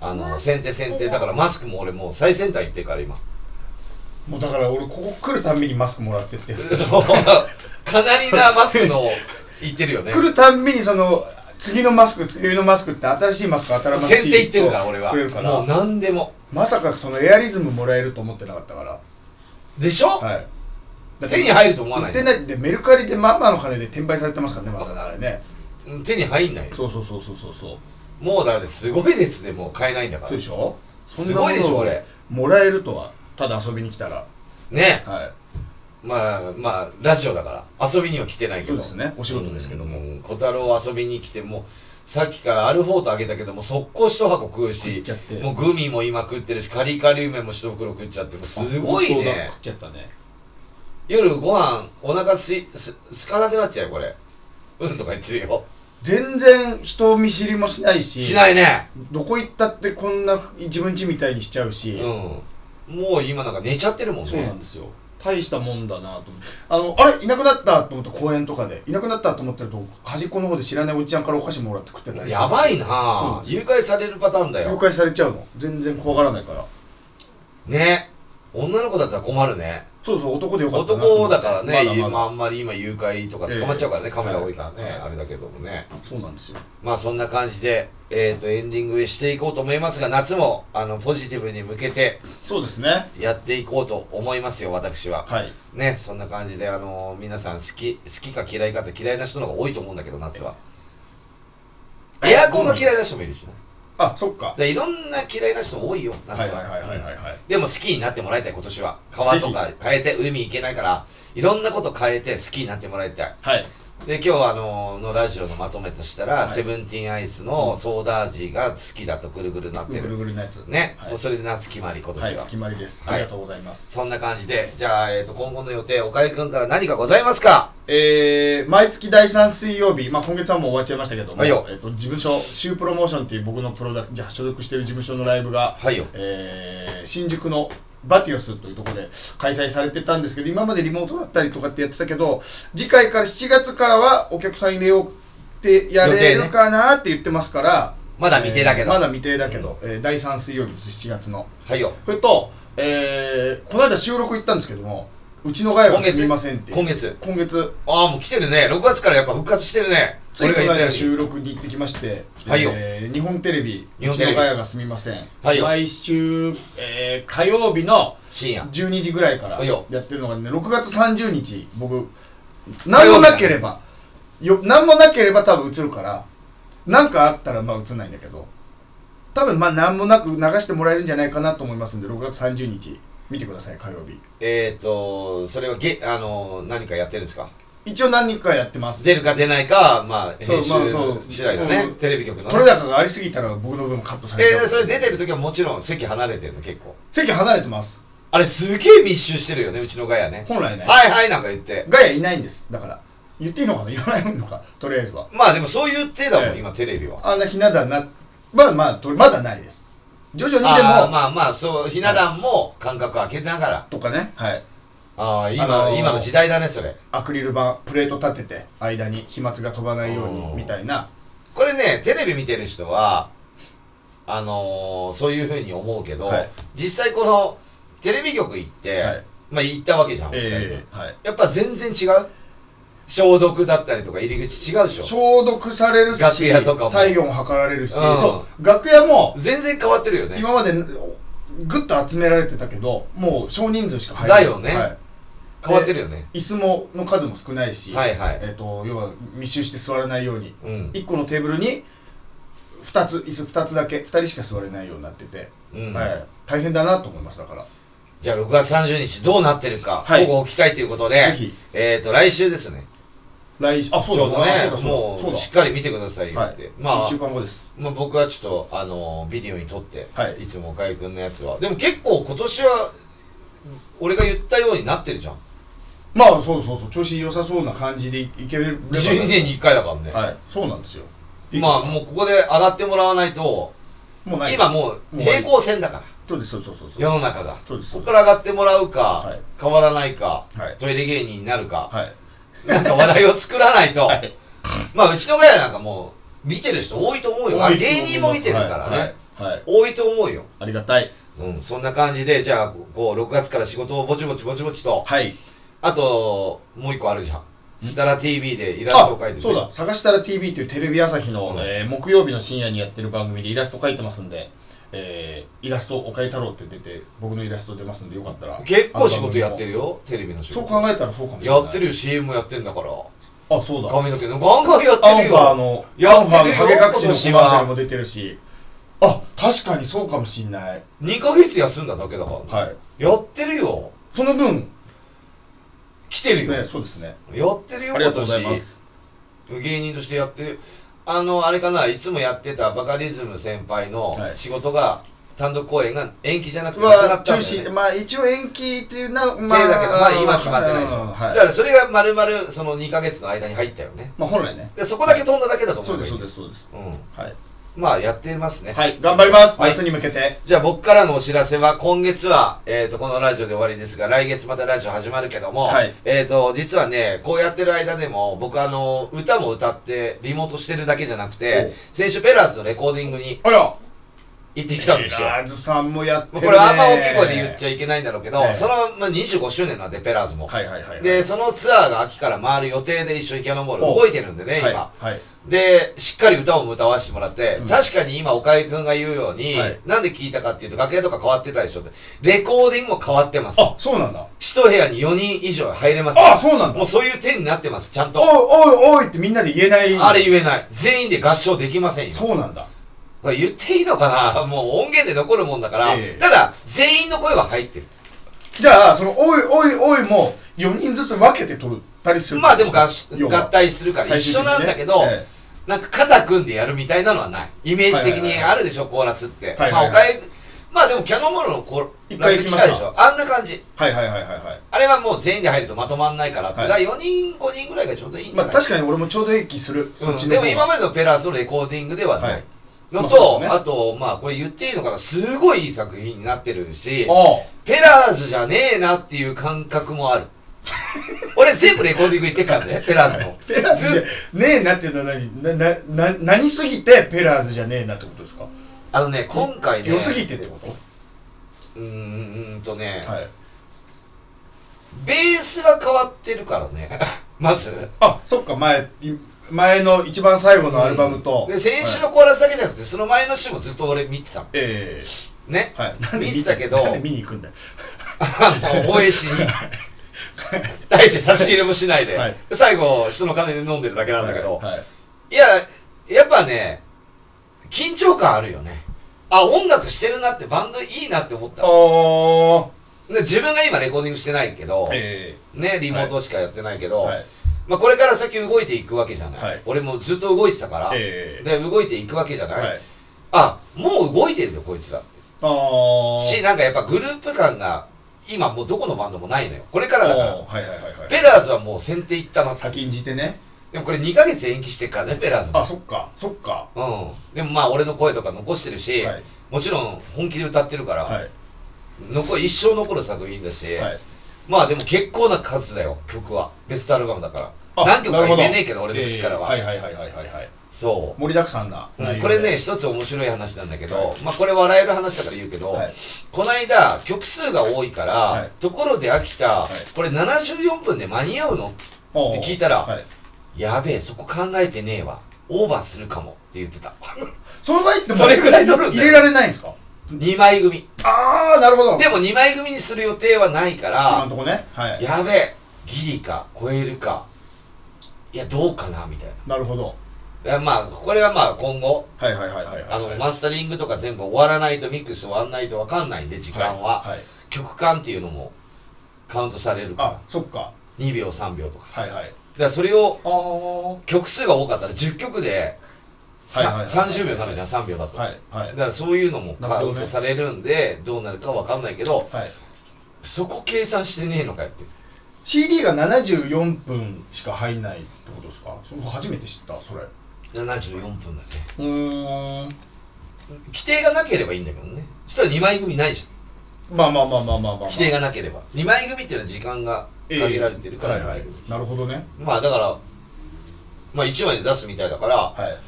Speaker 1: あの先手先手だからマスクも俺もう最先端行ってるから今
Speaker 3: もうだから俺ここ来るたんびにマスクもらってって
Speaker 1: そうかなりなマスクの行ってるよね
Speaker 3: 来るたんびにその次のマスク次のマスクって新しいマスク新しい
Speaker 1: 先手行ってるから俺は
Speaker 3: くれるから
Speaker 1: もう何でも
Speaker 3: まさかそのエアリズムもらえると思ってなかったから
Speaker 1: でしょ、
Speaker 3: はい
Speaker 1: 手に入ると思わな
Speaker 3: 売っ
Speaker 1: い
Speaker 3: てないでメルカリでまあまあの金で転売されてますからねまだねあれね
Speaker 1: うん手に入んないよ
Speaker 3: そうそうそうそうそうそう
Speaker 1: もうだってすごい列でもう買えないんだか
Speaker 3: そう
Speaker 1: ら
Speaker 3: でしょ
Speaker 1: すごいでしょ
Speaker 3: そん
Speaker 1: こ
Speaker 3: なものを
Speaker 1: れ
Speaker 3: もらえるとはただ遊びに来たら
Speaker 1: ね
Speaker 3: は
Speaker 1: まあまあラジオだから遊びには来てない
Speaker 3: い
Speaker 1: け
Speaker 3: そう
Speaker 1: ど
Speaker 3: ですねお仕事ですけども
Speaker 1: うん小太郎遊びに来てもうさっきからアルフォートあげたけどもう速攻一箱食う
Speaker 5: 食っ
Speaker 1: し
Speaker 5: ちゃって
Speaker 1: もうグミも今食ってるしカリカリ梅も一袋食っちゃってもうすごい
Speaker 5: 本当だ
Speaker 1: ね
Speaker 5: 食っちゃったね
Speaker 1: 夜ご飯お腹すいすすかなくなっちゃうよこれうんとか言ってるよ
Speaker 3: 全然人見知りもしないし
Speaker 1: しないね
Speaker 3: どこ行ったってこんな自分家みたいにしちゃうし、
Speaker 1: うんもう今なんか寝ちゃってるもんね
Speaker 3: そうなんですよ大したもんだなと思ってあのあれいなくなったと思って公園とかでいなくなったと思ってると端っこの方で知らないおじちゃんからお菓子もらって食ってたり
Speaker 1: やばい
Speaker 3: そうな
Speaker 1: なん
Speaker 3: です
Speaker 1: 誘拐されるパターンだ
Speaker 3: 了
Speaker 1: よ
Speaker 3: 解されちゃうの全然怖がらないから
Speaker 1: ね女の子だったら困るね
Speaker 3: そうそう男でよかったなと思
Speaker 1: 男
Speaker 3: って
Speaker 1: だからね
Speaker 3: まだ
Speaker 1: まあ、あ
Speaker 3: ま
Speaker 1: んまり今誘拐とか捕まっちゃうからね、
Speaker 3: ええ
Speaker 1: カメラ多いからね、
Speaker 3: はい
Speaker 1: あれだけどもね
Speaker 3: だそうなんですよ
Speaker 1: まあそんな感じで、えー、とエンディングしていこうと思いますが夏もあのポジティブに向けて
Speaker 3: そうですね
Speaker 1: やっていこうと思いますよ私は
Speaker 3: はい
Speaker 1: ねそんな感じであの皆さん好き好きか嫌いかって嫌いな人の方が多いと思うんだけど夏はエアコンが嫌いな人もいるしね
Speaker 3: あそっか
Speaker 1: でいろんな嫌いな人多いよ
Speaker 3: は
Speaker 1: 夏
Speaker 3: い
Speaker 1: は
Speaker 3: はいはいはいはいはい
Speaker 1: でも好きになってもらいたい今年は川とか変えて海行けないからいろんなこと変えて好きになってもらいたい
Speaker 3: はい
Speaker 1: で今日はあののラジオのまとめとしたら、
Speaker 3: い
Speaker 1: セブンティーンアイスのソーダ味が好きだとぐるぐるなって
Speaker 3: ぐる
Speaker 1: る
Speaker 3: ぐるのやつ
Speaker 1: ね、
Speaker 3: はい
Speaker 1: もうそれで夏決まり今年
Speaker 3: はい
Speaker 1: は、
Speaker 3: 決まりです
Speaker 1: は
Speaker 3: あ
Speaker 1: い
Speaker 3: りがとうございます
Speaker 1: そんな感じでじゃあ、えー、と今後の予定岡井君から何かございますか
Speaker 3: えー毎月第3水曜日、まあ、今月はもう終わっちゃいましたけども、
Speaker 1: はいよ
Speaker 3: えっと事務所、シュープロモーションっていう僕のプロダクじゃあ所属している事務所のライブが、
Speaker 1: はいよ
Speaker 3: えー新宿のバティオスというところで開催されてたんですけど、今までリモートだったりとかってやってたけど、次回から7月からはお客さん入れようってやれるかなって言ってますから、
Speaker 1: まだ未定だけど、
Speaker 3: えーまだ未定だけど、えー第3水曜日です、7月の。
Speaker 1: はいよ
Speaker 3: それと、えーこの間収録行ったんですけども、うちのガヤがすみませんって
Speaker 1: 今月
Speaker 3: 今月
Speaker 1: ああもう来てるね6月からやっぱ復活してるね
Speaker 3: つい
Speaker 1: 俺
Speaker 3: こ
Speaker 1: が
Speaker 3: の
Speaker 1: 言ったよ
Speaker 3: 間
Speaker 1: うに
Speaker 3: 収録に行ってきまして、
Speaker 1: はいよ
Speaker 3: えー日本テレビ「
Speaker 1: 日本テレビ
Speaker 3: うちのガヤがすみません」
Speaker 1: はいよ
Speaker 3: 毎週、えー火曜日の
Speaker 1: 深夜
Speaker 3: 12時ぐらいから
Speaker 1: はいよ
Speaker 3: やってるのがね6月30日僕何もなければよ何もなければ多分映るからなんかあったらまあ映んないんだけど多分まあ何もなく流してもらえるんじゃないかなと思いますんで6月30日見てください火曜日
Speaker 1: えっ、ー、と、それはげ、あの、何かやってるんですか
Speaker 3: 一応何かやってます
Speaker 1: 出るか出ないか、まあ、
Speaker 3: そう
Speaker 1: 編集
Speaker 3: まあそう
Speaker 1: 次第だね、
Speaker 3: うん
Speaker 1: テレビ局のね。
Speaker 3: 取れ高がありすぎたら僕の分カットされちゃう、
Speaker 1: えー、それ出てる時はもちろん席離れてるの、結構。
Speaker 3: 席離れてます
Speaker 1: あれ、すげえ密集してるよね、うちのガヤね。
Speaker 3: 本来ね
Speaker 1: はいはいなんか言って。
Speaker 3: ガヤいないんですだから言っていいのかな言わないのかとりあえずは
Speaker 1: まあでもそういう手だもん、
Speaker 3: ええ
Speaker 1: 今テレビは。
Speaker 3: あんなひな壇なまあまあとまだないです徐々にで
Speaker 1: あ
Speaker 3: も
Speaker 1: ーまあまあ、そう、ひな壇も間隔開けながら。
Speaker 3: とかねはい
Speaker 1: ああ、今、
Speaker 3: あのー
Speaker 1: 今の時代だね、それ。
Speaker 3: アクリル板プレート立てて間に飛沫が飛ばないようにみたいな
Speaker 1: これね、テレビ見てる人は、あのーそういうふうに思うけど、
Speaker 3: はい
Speaker 1: 実際この、テレビ局行って、
Speaker 3: はい
Speaker 1: まあ行ったわけじゃん。
Speaker 3: ええはい
Speaker 1: やっぱ全然違う消毒だったりとか入り口違うでしょ
Speaker 3: 消毒されるし
Speaker 1: 楽屋とかも
Speaker 3: 体温測られるし、
Speaker 1: うん
Speaker 3: そう楽屋も
Speaker 1: 全然変わってるよね
Speaker 3: 今までぐっと集められてたけどもう少人数しか入らない
Speaker 1: だよね
Speaker 3: は
Speaker 1: 変わってるよね
Speaker 3: い、椅子もの数も少ないし、
Speaker 1: はいはい
Speaker 3: えっと要は密集して座らないように
Speaker 1: うん、
Speaker 3: 1個のテーブルに2つ椅子2つだけ2人しか座れないようになってて、
Speaker 1: うん
Speaker 3: はい、大変だなと思いますだから
Speaker 1: じゃあ6月30日どうなってるか
Speaker 3: はい
Speaker 1: 午後期待ということで、
Speaker 3: ぜひ
Speaker 1: えっ、と来週ですね
Speaker 3: 来週あそう
Speaker 1: ち
Speaker 3: だ
Speaker 1: ょうど
Speaker 3: あ
Speaker 1: ね
Speaker 3: そうだそ
Speaker 1: も
Speaker 3: うだ
Speaker 1: うしっ
Speaker 3: そ
Speaker 1: かり見てくださいうよ
Speaker 3: だ、は
Speaker 1: っ
Speaker 3: い
Speaker 1: て、ま
Speaker 3: まあ、1
Speaker 1: あ
Speaker 3: 週間後です
Speaker 1: まあ僕はちょっとあのビデオに撮って、
Speaker 3: はい
Speaker 1: いつも岡井君のやつはでも結構今年は俺が言ったようになってるじゃん
Speaker 3: まあそうそうそう調子良さそうな感じでいいければ
Speaker 1: 12年に1回だからね、
Speaker 3: はいそうなんですよ
Speaker 1: まあもうここで上がってもらわないと
Speaker 3: もうない
Speaker 1: 今もう平行線だから
Speaker 3: そうですそうそうそうそう
Speaker 1: 世の中が
Speaker 3: そうです
Speaker 1: ここから上がってもらうか、
Speaker 3: はい
Speaker 1: 変わらないか、
Speaker 3: はい
Speaker 1: トイレ芸人になるか、
Speaker 3: はい
Speaker 1: なんか話題を作らないと、
Speaker 3: はい
Speaker 1: まあうちのガヤなんかもう見てる人多いと思うよあ芸人も見てるからね、
Speaker 3: はい、はい
Speaker 1: 多いと思うよ
Speaker 3: ありがたい
Speaker 1: うん、そんな感じで、じゃあ、こう、6月から仕事をぼちぼちぼちぼちと、
Speaker 3: はい
Speaker 1: あと、もう一個あるじゃん。設楽 TV でイラスト
Speaker 3: あ
Speaker 1: を描いてて
Speaker 3: そうだ「探したら TV」というテレビ朝日の、
Speaker 1: うん
Speaker 3: えー木曜日の深夜にやってる番組でイラスト描いてますんで、えーイラスト「おかえ太郎」って出て僕のイラスト出ますんでよかったら
Speaker 1: 結構仕事やってる
Speaker 3: よ
Speaker 1: よ、テレビの仕
Speaker 3: そう
Speaker 1: 事。
Speaker 3: 考えたらそうかもしれな
Speaker 1: や
Speaker 3: い
Speaker 1: ってるよ、CM やってんだから。
Speaker 3: あそうだ
Speaker 1: 髪の毛のガンガンや
Speaker 3: ア
Speaker 1: って
Speaker 3: ン
Speaker 1: る
Speaker 3: ファー
Speaker 1: よ。
Speaker 3: の
Speaker 1: や
Speaker 3: ア
Speaker 1: っ
Speaker 3: ン
Speaker 1: て
Speaker 3: フ
Speaker 1: る
Speaker 3: ァ
Speaker 1: よ
Speaker 3: ーの影隠しのコマーシャルも出てるしあ確かにそうかもしれない
Speaker 1: 2ヶ月休んだだけだから。
Speaker 3: はい
Speaker 1: やってるよ。
Speaker 3: その分
Speaker 1: 来てるよ。
Speaker 3: ねそうですね
Speaker 1: やってるよ、
Speaker 3: ありがとうございます
Speaker 1: 今年芸人としてやってる。あの、あれかな、いつもやってたバカリズム先輩の
Speaker 3: はい
Speaker 1: 仕事が、単独公演が延期じゃなくてなくな
Speaker 3: は
Speaker 1: っ
Speaker 3: 中
Speaker 1: たんだよ、
Speaker 3: 止
Speaker 1: ね。
Speaker 3: まあ一応延期っていうな
Speaker 1: ま
Speaker 3: ま
Speaker 1: あ、
Speaker 3: あ
Speaker 1: だけど、まあ今決まってないでしょ。
Speaker 3: うんはい
Speaker 1: だからそれが丸々その2ヶ月の間に入ったよね。
Speaker 3: まあ本来ね
Speaker 1: でそこだけ飛んだだけだと思
Speaker 3: そううんで
Speaker 1: だ
Speaker 3: す
Speaker 1: よ
Speaker 3: そうですそうです
Speaker 1: うん。
Speaker 3: はい
Speaker 1: まあやってますね。
Speaker 3: はい、頑張ります、
Speaker 1: はい
Speaker 3: 夏に向けて。
Speaker 1: じゃあ僕からのお知らせは今月は、えー、とこのラジオで終わりですが来月またラジオ始まるけども、
Speaker 3: はい
Speaker 1: えー、と実はねこうやってる間でも僕あの歌も歌ってリモートしてるだけじゃなくて先週ペラーズのレコーディングに
Speaker 3: あら、
Speaker 1: 行ってきたんですよ。
Speaker 3: ラーズさんもやって
Speaker 1: まあ
Speaker 3: る、
Speaker 1: これ
Speaker 3: ね。
Speaker 1: あんま大きい声で言っちゃいけないんだろうけど、
Speaker 3: ええ
Speaker 1: そのまあ25周年なんでペラーズも、
Speaker 3: はいはいはいはい。
Speaker 1: でそのツアーが秋から回る予定で一緒にキャノンボール動いてるんでね今、
Speaker 3: はい、はい。
Speaker 1: で、しっかり歌をも歌わせてもらって、
Speaker 3: うん
Speaker 1: 確かに今、岡井くんが言うように、
Speaker 3: はい
Speaker 1: なんで聞いたかっていうと、楽屋とか変わってたでしょって、レコーディングも変わってます。
Speaker 3: あ、そうなんだ。
Speaker 1: 一部屋に4人以上入れます。
Speaker 3: あ、そうなんだ。
Speaker 1: もうそういう手になってます、ちゃんと。
Speaker 3: おいおいおいってみんなで言えない。
Speaker 1: あれ言えない。全員で合唱できませんよ。
Speaker 3: そうなんだ。
Speaker 1: これ言っていいのかなもう音源で残るもんだから、
Speaker 3: ええ
Speaker 1: ただ、全員の声は入ってる。
Speaker 3: じゃあ、その、おいおいおいも、4人ずつ分けて取ったりす る。
Speaker 1: まあでも合
Speaker 3: 要は
Speaker 1: 合体するから一緒なんだけど、
Speaker 3: 最終的にね
Speaker 1: なんか肩組んでやるみたいなのはない。イメージ的
Speaker 3: はいはい
Speaker 1: に
Speaker 3: はい
Speaker 1: あるでしょ、コーラスって。
Speaker 3: はい
Speaker 1: まあ、
Speaker 3: はい
Speaker 1: お
Speaker 3: は
Speaker 1: かえ、まあでもキャノンボールのコーラス
Speaker 3: 一回行き
Speaker 1: 来
Speaker 3: ました
Speaker 1: たでしょ。あんな感じ。
Speaker 3: ええはいはいはいはいは
Speaker 1: あれはもう全員で入るとまとまんないからって。
Speaker 3: はい
Speaker 1: だから4人、5人ぐらいがちょうどいいん
Speaker 3: い。
Speaker 1: じゃ
Speaker 3: ま
Speaker 1: な
Speaker 3: あ
Speaker 1: い
Speaker 3: 確かに俺もちょうどいい気する。そっ
Speaker 1: うん
Speaker 3: ち
Speaker 1: で
Speaker 3: の方
Speaker 1: も
Speaker 3: が。
Speaker 1: 今までのペラーズのレコーディングではない。
Speaker 3: はい
Speaker 1: の
Speaker 3: まあそ
Speaker 1: と、
Speaker 3: うですね
Speaker 1: あと、まあこれ言っていいのかな、すごいいい作品になってるし、
Speaker 3: あ
Speaker 1: ペラーズじゃねえなっていう感覚もある。俺全部レコーディング行ってっからね、ペラーズの。
Speaker 3: あ。 ペラーズじ
Speaker 1: ず
Speaker 3: ゃねえなっていうのは何な、な、な、何すぎてペラーズじゃねえなってことですか
Speaker 1: あのね、今回ね。
Speaker 3: 良すぎてってこと
Speaker 1: うーんとね、
Speaker 3: はい。
Speaker 1: ベースが変わってるからね まず
Speaker 3: あそっか前い前の一番最後のアルバムと、
Speaker 1: で先週
Speaker 3: はい
Speaker 1: のコーラスだけじゃなくてその前の週もずっと俺見てたの
Speaker 3: え
Speaker 1: ね
Speaker 3: えはいなんで
Speaker 1: 見てたけど
Speaker 3: なんで見に行くんだよ
Speaker 1: あの応援しに大して差し入れもしないで、
Speaker 3: はい
Speaker 1: 最後人の金で飲んでるだけなんだけど、
Speaker 3: はいはい
Speaker 1: いややっぱね、緊張感あるよね。あ、音楽してるなって、バンドいいなって思った。
Speaker 3: あ
Speaker 1: で自分が今レコーディングしてないけど
Speaker 3: あ、え
Speaker 1: ね、リモートしかやってないけど、
Speaker 3: はい
Speaker 1: まあこれから先動いていくわけじゃない。
Speaker 3: はい
Speaker 1: 俺もずっと動いてたから、
Speaker 3: ええ
Speaker 1: で動いていくわけじゃない。
Speaker 3: はい
Speaker 1: あ、もう動いてるよ、こいつらって。
Speaker 3: ああ
Speaker 1: し、なんかやっぱグループ感が、今もうどこのバンドもないのよ。これからだから。
Speaker 3: はいはいはいはい
Speaker 1: ペラーズはもう先手いったなって
Speaker 3: 先んじてね
Speaker 1: でもこれ2ヶ月延期してっからね、ペラーズも
Speaker 3: あ。そっかそっか
Speaker 1: うん。でもまあ俺の声とか残してるし、
Speaker 3: はい
Speaker 1: もちろん本気で歌ってるから、
Speaker 3: はい
Speaker 1: 残り一生残る作品だし、
Speaker 3: はい
Speaker 1: まあでも結構な数だよ、曲は。ベストアルバムだから。
Speaker 3: あ
Speaker 1: 何曲か言
Speaker 3: なるほど
Speaker 1: えねえけど、俺の口からは。
Speaker 3: ええはいはいはいはいはいはい
Speaker 1: そ
Speaker 3: 盛りだくさんな
Speaker 1: う。
Speaker 3: 内容で
Speaker 1: これね、一つ面白い話なんだけど、
Speaker 3: はい
Speaker 1: まあこれ笑える話だから言うけど、
Speaker 3: はい
Speaker 1: この間、曲数が多いから、
Speaker 3: はい
Speaker 1: ところで飽きた、
Speaker 3: はい
Speaker 1: これ74分で間に合うの
Speaker 3: って
Speaker 1: 聞いたら
Speaker 3: はい、
Speaker 1: やべえ、そこ考えてねえわ。オーバーするかもって言って た。
Speaker 3: その場合っても
Speaker 1: それくらい取るんだよ
Speaker 3: 入れられないんですか
Speaker 1: 2枚組。
Speaker 3: ああなるほど
Speaker 1: でも2枚組にする予定はないか
Speaker 3: 今
Speaker 1: ら
Speaker 3: の、とこねはい
Speaker 1: やべえ、ギリか、超えるか、いや、どうかな、みたい
Speaker 3: なるほど
Speaker 1: な。いやまあ、これはまあ今後、
Speaker 3: はいはいはいはいはい
Speaker 1: あの、マスタリングとか全部終わらないと、ミックス終わらないとわかんないんで、時間は。
Speaker 3: はいい
Speaker 1: 曲間っていうのもカウントされる
Speaker 3: あ
Speaker 1: か、
Speaker 3: そっから
Speaker 1: 2秒、3秒とか。だか
Speaker 3: はいはい
Speaker 1: らそれを、
Speaker 3: ああは
Speaker 1: 曲数が多かったら10曲で、さ
Speaker 3: はいはいはい
Speaker 1: 30秒になるじゃん、3秒だと。
Speaker 3: いはい
Speaker 1: だからそういうのもカウン
Speaker 3: なるほど
Speaker 1: ト
Speaker 3: ね
Speaker 1: されるんで、どうなるかわかんないけど、
Speaker 3: はい
Speaker 1: そこ計算してねえのかよって。
Speaker 3: CD が74分しか入んないってことですかそれ初めて知ったそれう
Speaker 1: 74分だね。
Speaker 3: ーん
Speaker 1: 規定がなければいいんだけどね。そしたら2枚組ないじゃん。
Speaker 3: まあまあまあまあまあまあ、まあ、
Speaker 1: 規定がなければ。2枚組っていうのは時間が限られてるから、
Speaker 3: ええはいはいなるほどね
Speaker 1: まあだから、まあ1枚で出すみたいだから、
Speaker 3: はい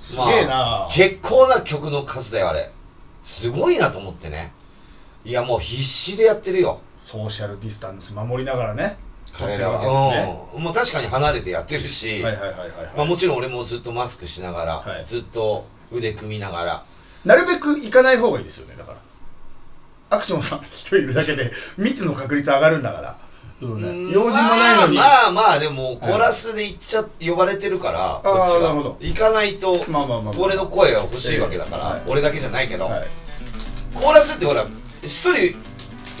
Speaker 3: すげ
Speaker 1: まあ
Speaker 3: えな、
Speaker 1: 結構な曲の数だよ、あれ。すごいなと思ってね。いや、もう必死でやってるよ。
Speaker 3: ソーシャルディスタンス守りながらね
Speaker 1: 彼らは。
Speaker 3: 撮ってるわけで
Speaker 1: うん。もう確かに離れてやってる
Speaker 3: す
Speaker 1: し、
Speaker 3: ねはいはいはいはい、はい
Speaker 1: まあもちろん俺もずっとマスクしながら、
Speaker 3: はい
Speaker 1: ずっと腕組みながら、
Speaker 3: なるべく行かない方がいいですよねだからアクションさん一人いるだ けで密の確率上がるんだから、そうね
Speaker 1: うん
Speaker 3: 用事もないのに、
Speaker 1: まあまあまあでもコーラスで行っちゃ呼ばれてるからこ
Speaker 3: ー
Speaker 1: っち
Speaker 3: な
Speaker 1: が
Speaker 3: るほど
Speaker 1: 行かないと
Speaker 3: まあまあまあ
Speaker 1: 俺の声が欲しいわけだか
Speaker 3: ええはい
Speaker 1: ら俺だけじゃないけど
Speaker 3: はい、
Speaker 1: コーラスってほら一人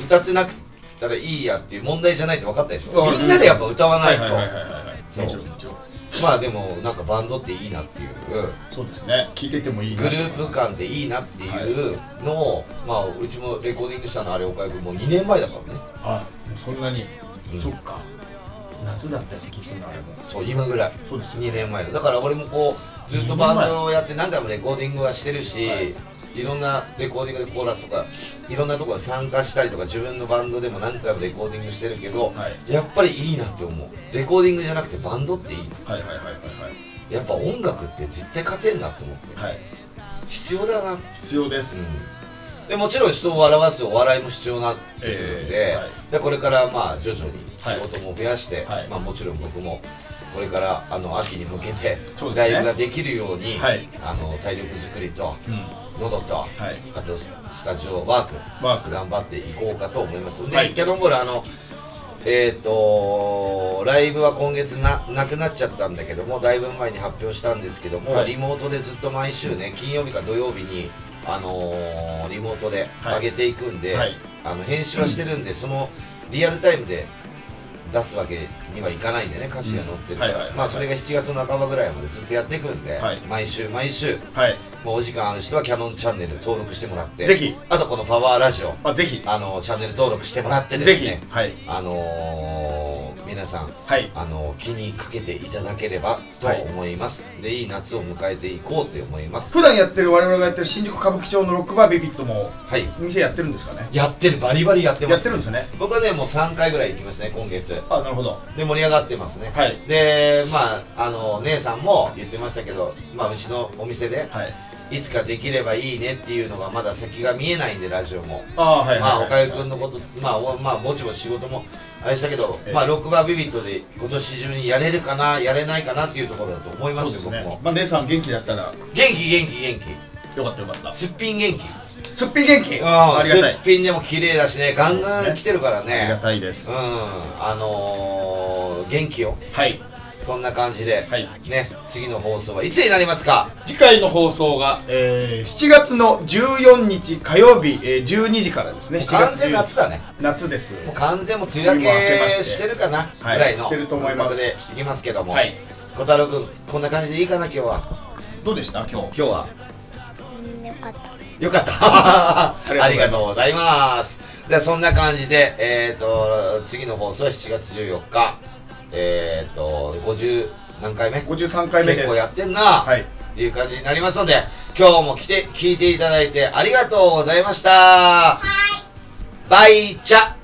Speaker 1: 歌ってなくたらいいやっていう問題じゃないって分かったでしょ
Speaker 3: うん
Speaker 1: みんなでやっぱ歌わな
Speaker 3: はいいはいはいはい
Speaker 1: と
Speaker 3: はい
Speaker 1: そう
Speaker 3: もちろんもちろん
Speaker 1: まあでもなんかバンドっていいなっていう
Speaker 3: そうですね聞いててもいいな
Speaker 1: グループ感でいいなっていうのをまあうちもレコーディングしたのあれ岡井君もう2年前だからね
Speaker 3: あもうそんなに、
Speaker 1: うん
Speaker 3: そっか夏だったような気するなあれも
Speaker 1: そう今ぐらい
Speaker 3: そうですよ
Speaker 1: 2年前だだから俺もこうずっとバンドをやって何回もレコーディングはしてるし、
Speaker 3: はい
Speaker 1: い、ろんなレコーディングでコーラスとかいろんなところで参加したりとか自分のバンドでも何回もレコーディングしてるけど、
Speaker 3: は
Speaker 1: やっぱりいいなって思うレコーディングじゃなくてバンドっていいな
Speaker 3: はいはいはいはい
Speaker 1: やっぱ音楽って絶対勝てんなって思って
Speaker 3: はいはい
Speaker 1: 必要だな、うん、
Speaker 3: 必要です、
Speaker 1: でもちろん人を笑わすお笑いも必要なってくるんで,、
Speaker 3: ええはい
Speaker 1: でこれからまあ徐々に仕事も増やして、
Speaker 3: はい
Speaker 1: まあ、もちろん僕もこれからあの秋に向けて
Speaker 3: そうですね
Speaker 1: ライブができるように、
Speaker 3: はい
Speaker 1: あの体力作りと
Speaker 3: うん
Speaker 1: 喉と、
Speaker 3: はい
Speaker 1: あとスタジオワーク
Speaker 3: ワーク
Speaker 1: 頑張っていこうかと思いますで、
Speaker 3: はい
Speaker 1: キャノンボールあのえっ、とライブは今月ななくなっちゃったんだけどもだいぶ前に発表したんですけども、
Speaker 3: はい
Speaker 1: リモートでずっと毎週ね金曜日か土曜日にあのーリモートで上げていくんで、
Speaker 3: はい
Speaker 1: あの編集はしてるんで、そのリアルタイムで出すわけにはいかないんでね歌詞が載ってるか
Speaker 3: うんはいは
Speaker 1: ら
Speaker 3: いはいはい
Speaker 1: まあそれが7月の半ばぐらいまでずっとやっていくんで、
Speaker 3: はい
Speaker 1: 毎週毎週
Speaker 3: はい
Speaker 1: もうお時間ある人はキャノンチャンネル登録してもらって
Speaker 3: ぜひ
Speaker 1: あとこのパワーラジオ
Speaker 3: あぜひ
Speaker 1: あのチャンネル登録してもらってです
Speaker 3: ぜひ
Speaker 1: ね
Speaker 3: はい
Speaker 1: あのー皆さん
Speaker 3: はい
Speaker 1: あの気にかけていただければと思います、でいい夏を迎えていこうって思います
Speaker 3: 普段やってる我々がやってる新宿歌舞伎町のロックバービビットも
Speaker 1: はい
Speaker 3: 店やってるんですかね
Speaker 1: やってるバリバリやってます
Speaker 3: やってるんですね
Speaker 1: 僕はねもう3回ぐらい行きますね今月
Speaker 3: あなるほど
Speaker 1: で盛り上がってますね、
Speaker 3: はい
Speaker 1: でまああの姉さんも言ってましたけど、まあ、うちのお店で
Speaker 3: はい
Speaker 1: いつかできればいいねっていうのがまだ先が見えないんでラジオも
Speaker 3: あーはい
Speaker 1: まあ、
Speaker 3: は
Speaker 1: お
Speaker 3: い
Speaker 1: か
Speaker 3: はい
Speaker 1: ゆくんのこと、まあ、おまあ、ぼちぼち仕事もあれしたけど、
Speaker 3: ええ
Speaker 1: まあ、ロックバービビットで今年中にやれるかな、やれないかなっていうところだと思いま
Speaker 3: そう
Speaker 1: す
Speaker 3: で
Speaker 1: よ、僕
Speaker 3: すね
Speaker 1: も。
Speaker 3: まあ姉さん元気だったら
Speaker 1: 元気、元気、元気。
Speaker 3: よかったよかった
Speaker 1: すっぴん元気。
Speaker 3: すっぴん元気
Speaker 1: うん
Speaker 3: ありがたい
Speaker 1: すっぴんでも綺麗だしね、ガン
Speaker 3: そう
Speaker 1: ガ
Speaker 3: です
Speaker 1: ン
Speaker 3: ね
Speaker 1: 来てるから
Speaker 3: ありが
Speaker 1: ね。
Speaker 3: たいで
Speaker 1: う
Speaker 3: す
Speaker 1: ん、あのー、元気を。
Speaker 3: はい
Speaker 1: そんな感じで、
Speaker 3: はい
Speaker 1: ね、次の放送はいつになりますか
Speaker 3: 次回の放送が、えー7月の14日火曜日、えー12時からですね7月
Speaker 1: 完全夏だね
Speaker 3: 夏です
Speaker 1: もう完全もう梅雨明け
Speaker 3: 梅雨も明けまして
Speaker 1: してるかなぐ
Speaker 3: はい
Speaker 1: らいの
Speaker 3: してると思います
Speaker 1: 感覚でいきますけども、
Speaker 3: はい
Speaker 1: 小太郎君こんな感じでいいかな今日は
Speaker 3: どうでした今日
Speaker 1: 今日は
Speaker 2: うんよかった
Speaker 1: よかった あ
Speaker 3: あ
Speaker 1: り
Speaker 3: り
Speaker 1: が
Speaker 3: が
Speaker 1: とう
Speaker 3: とう
Speaker 1: ご
Speaker 3: ご
Speaker 1: ざいますではそんな感じでえっ、と次の放送は7月14日えっ、と50何回目
Speaker 3: 53回目
Speaker 1: 結
Speaker 3: です
Speaker 1: 構やってんな、
Speaker 3: はい
Speaker 1: という感じになりますので今日も来て聞いていただいてありがとうございましたはいバイチャ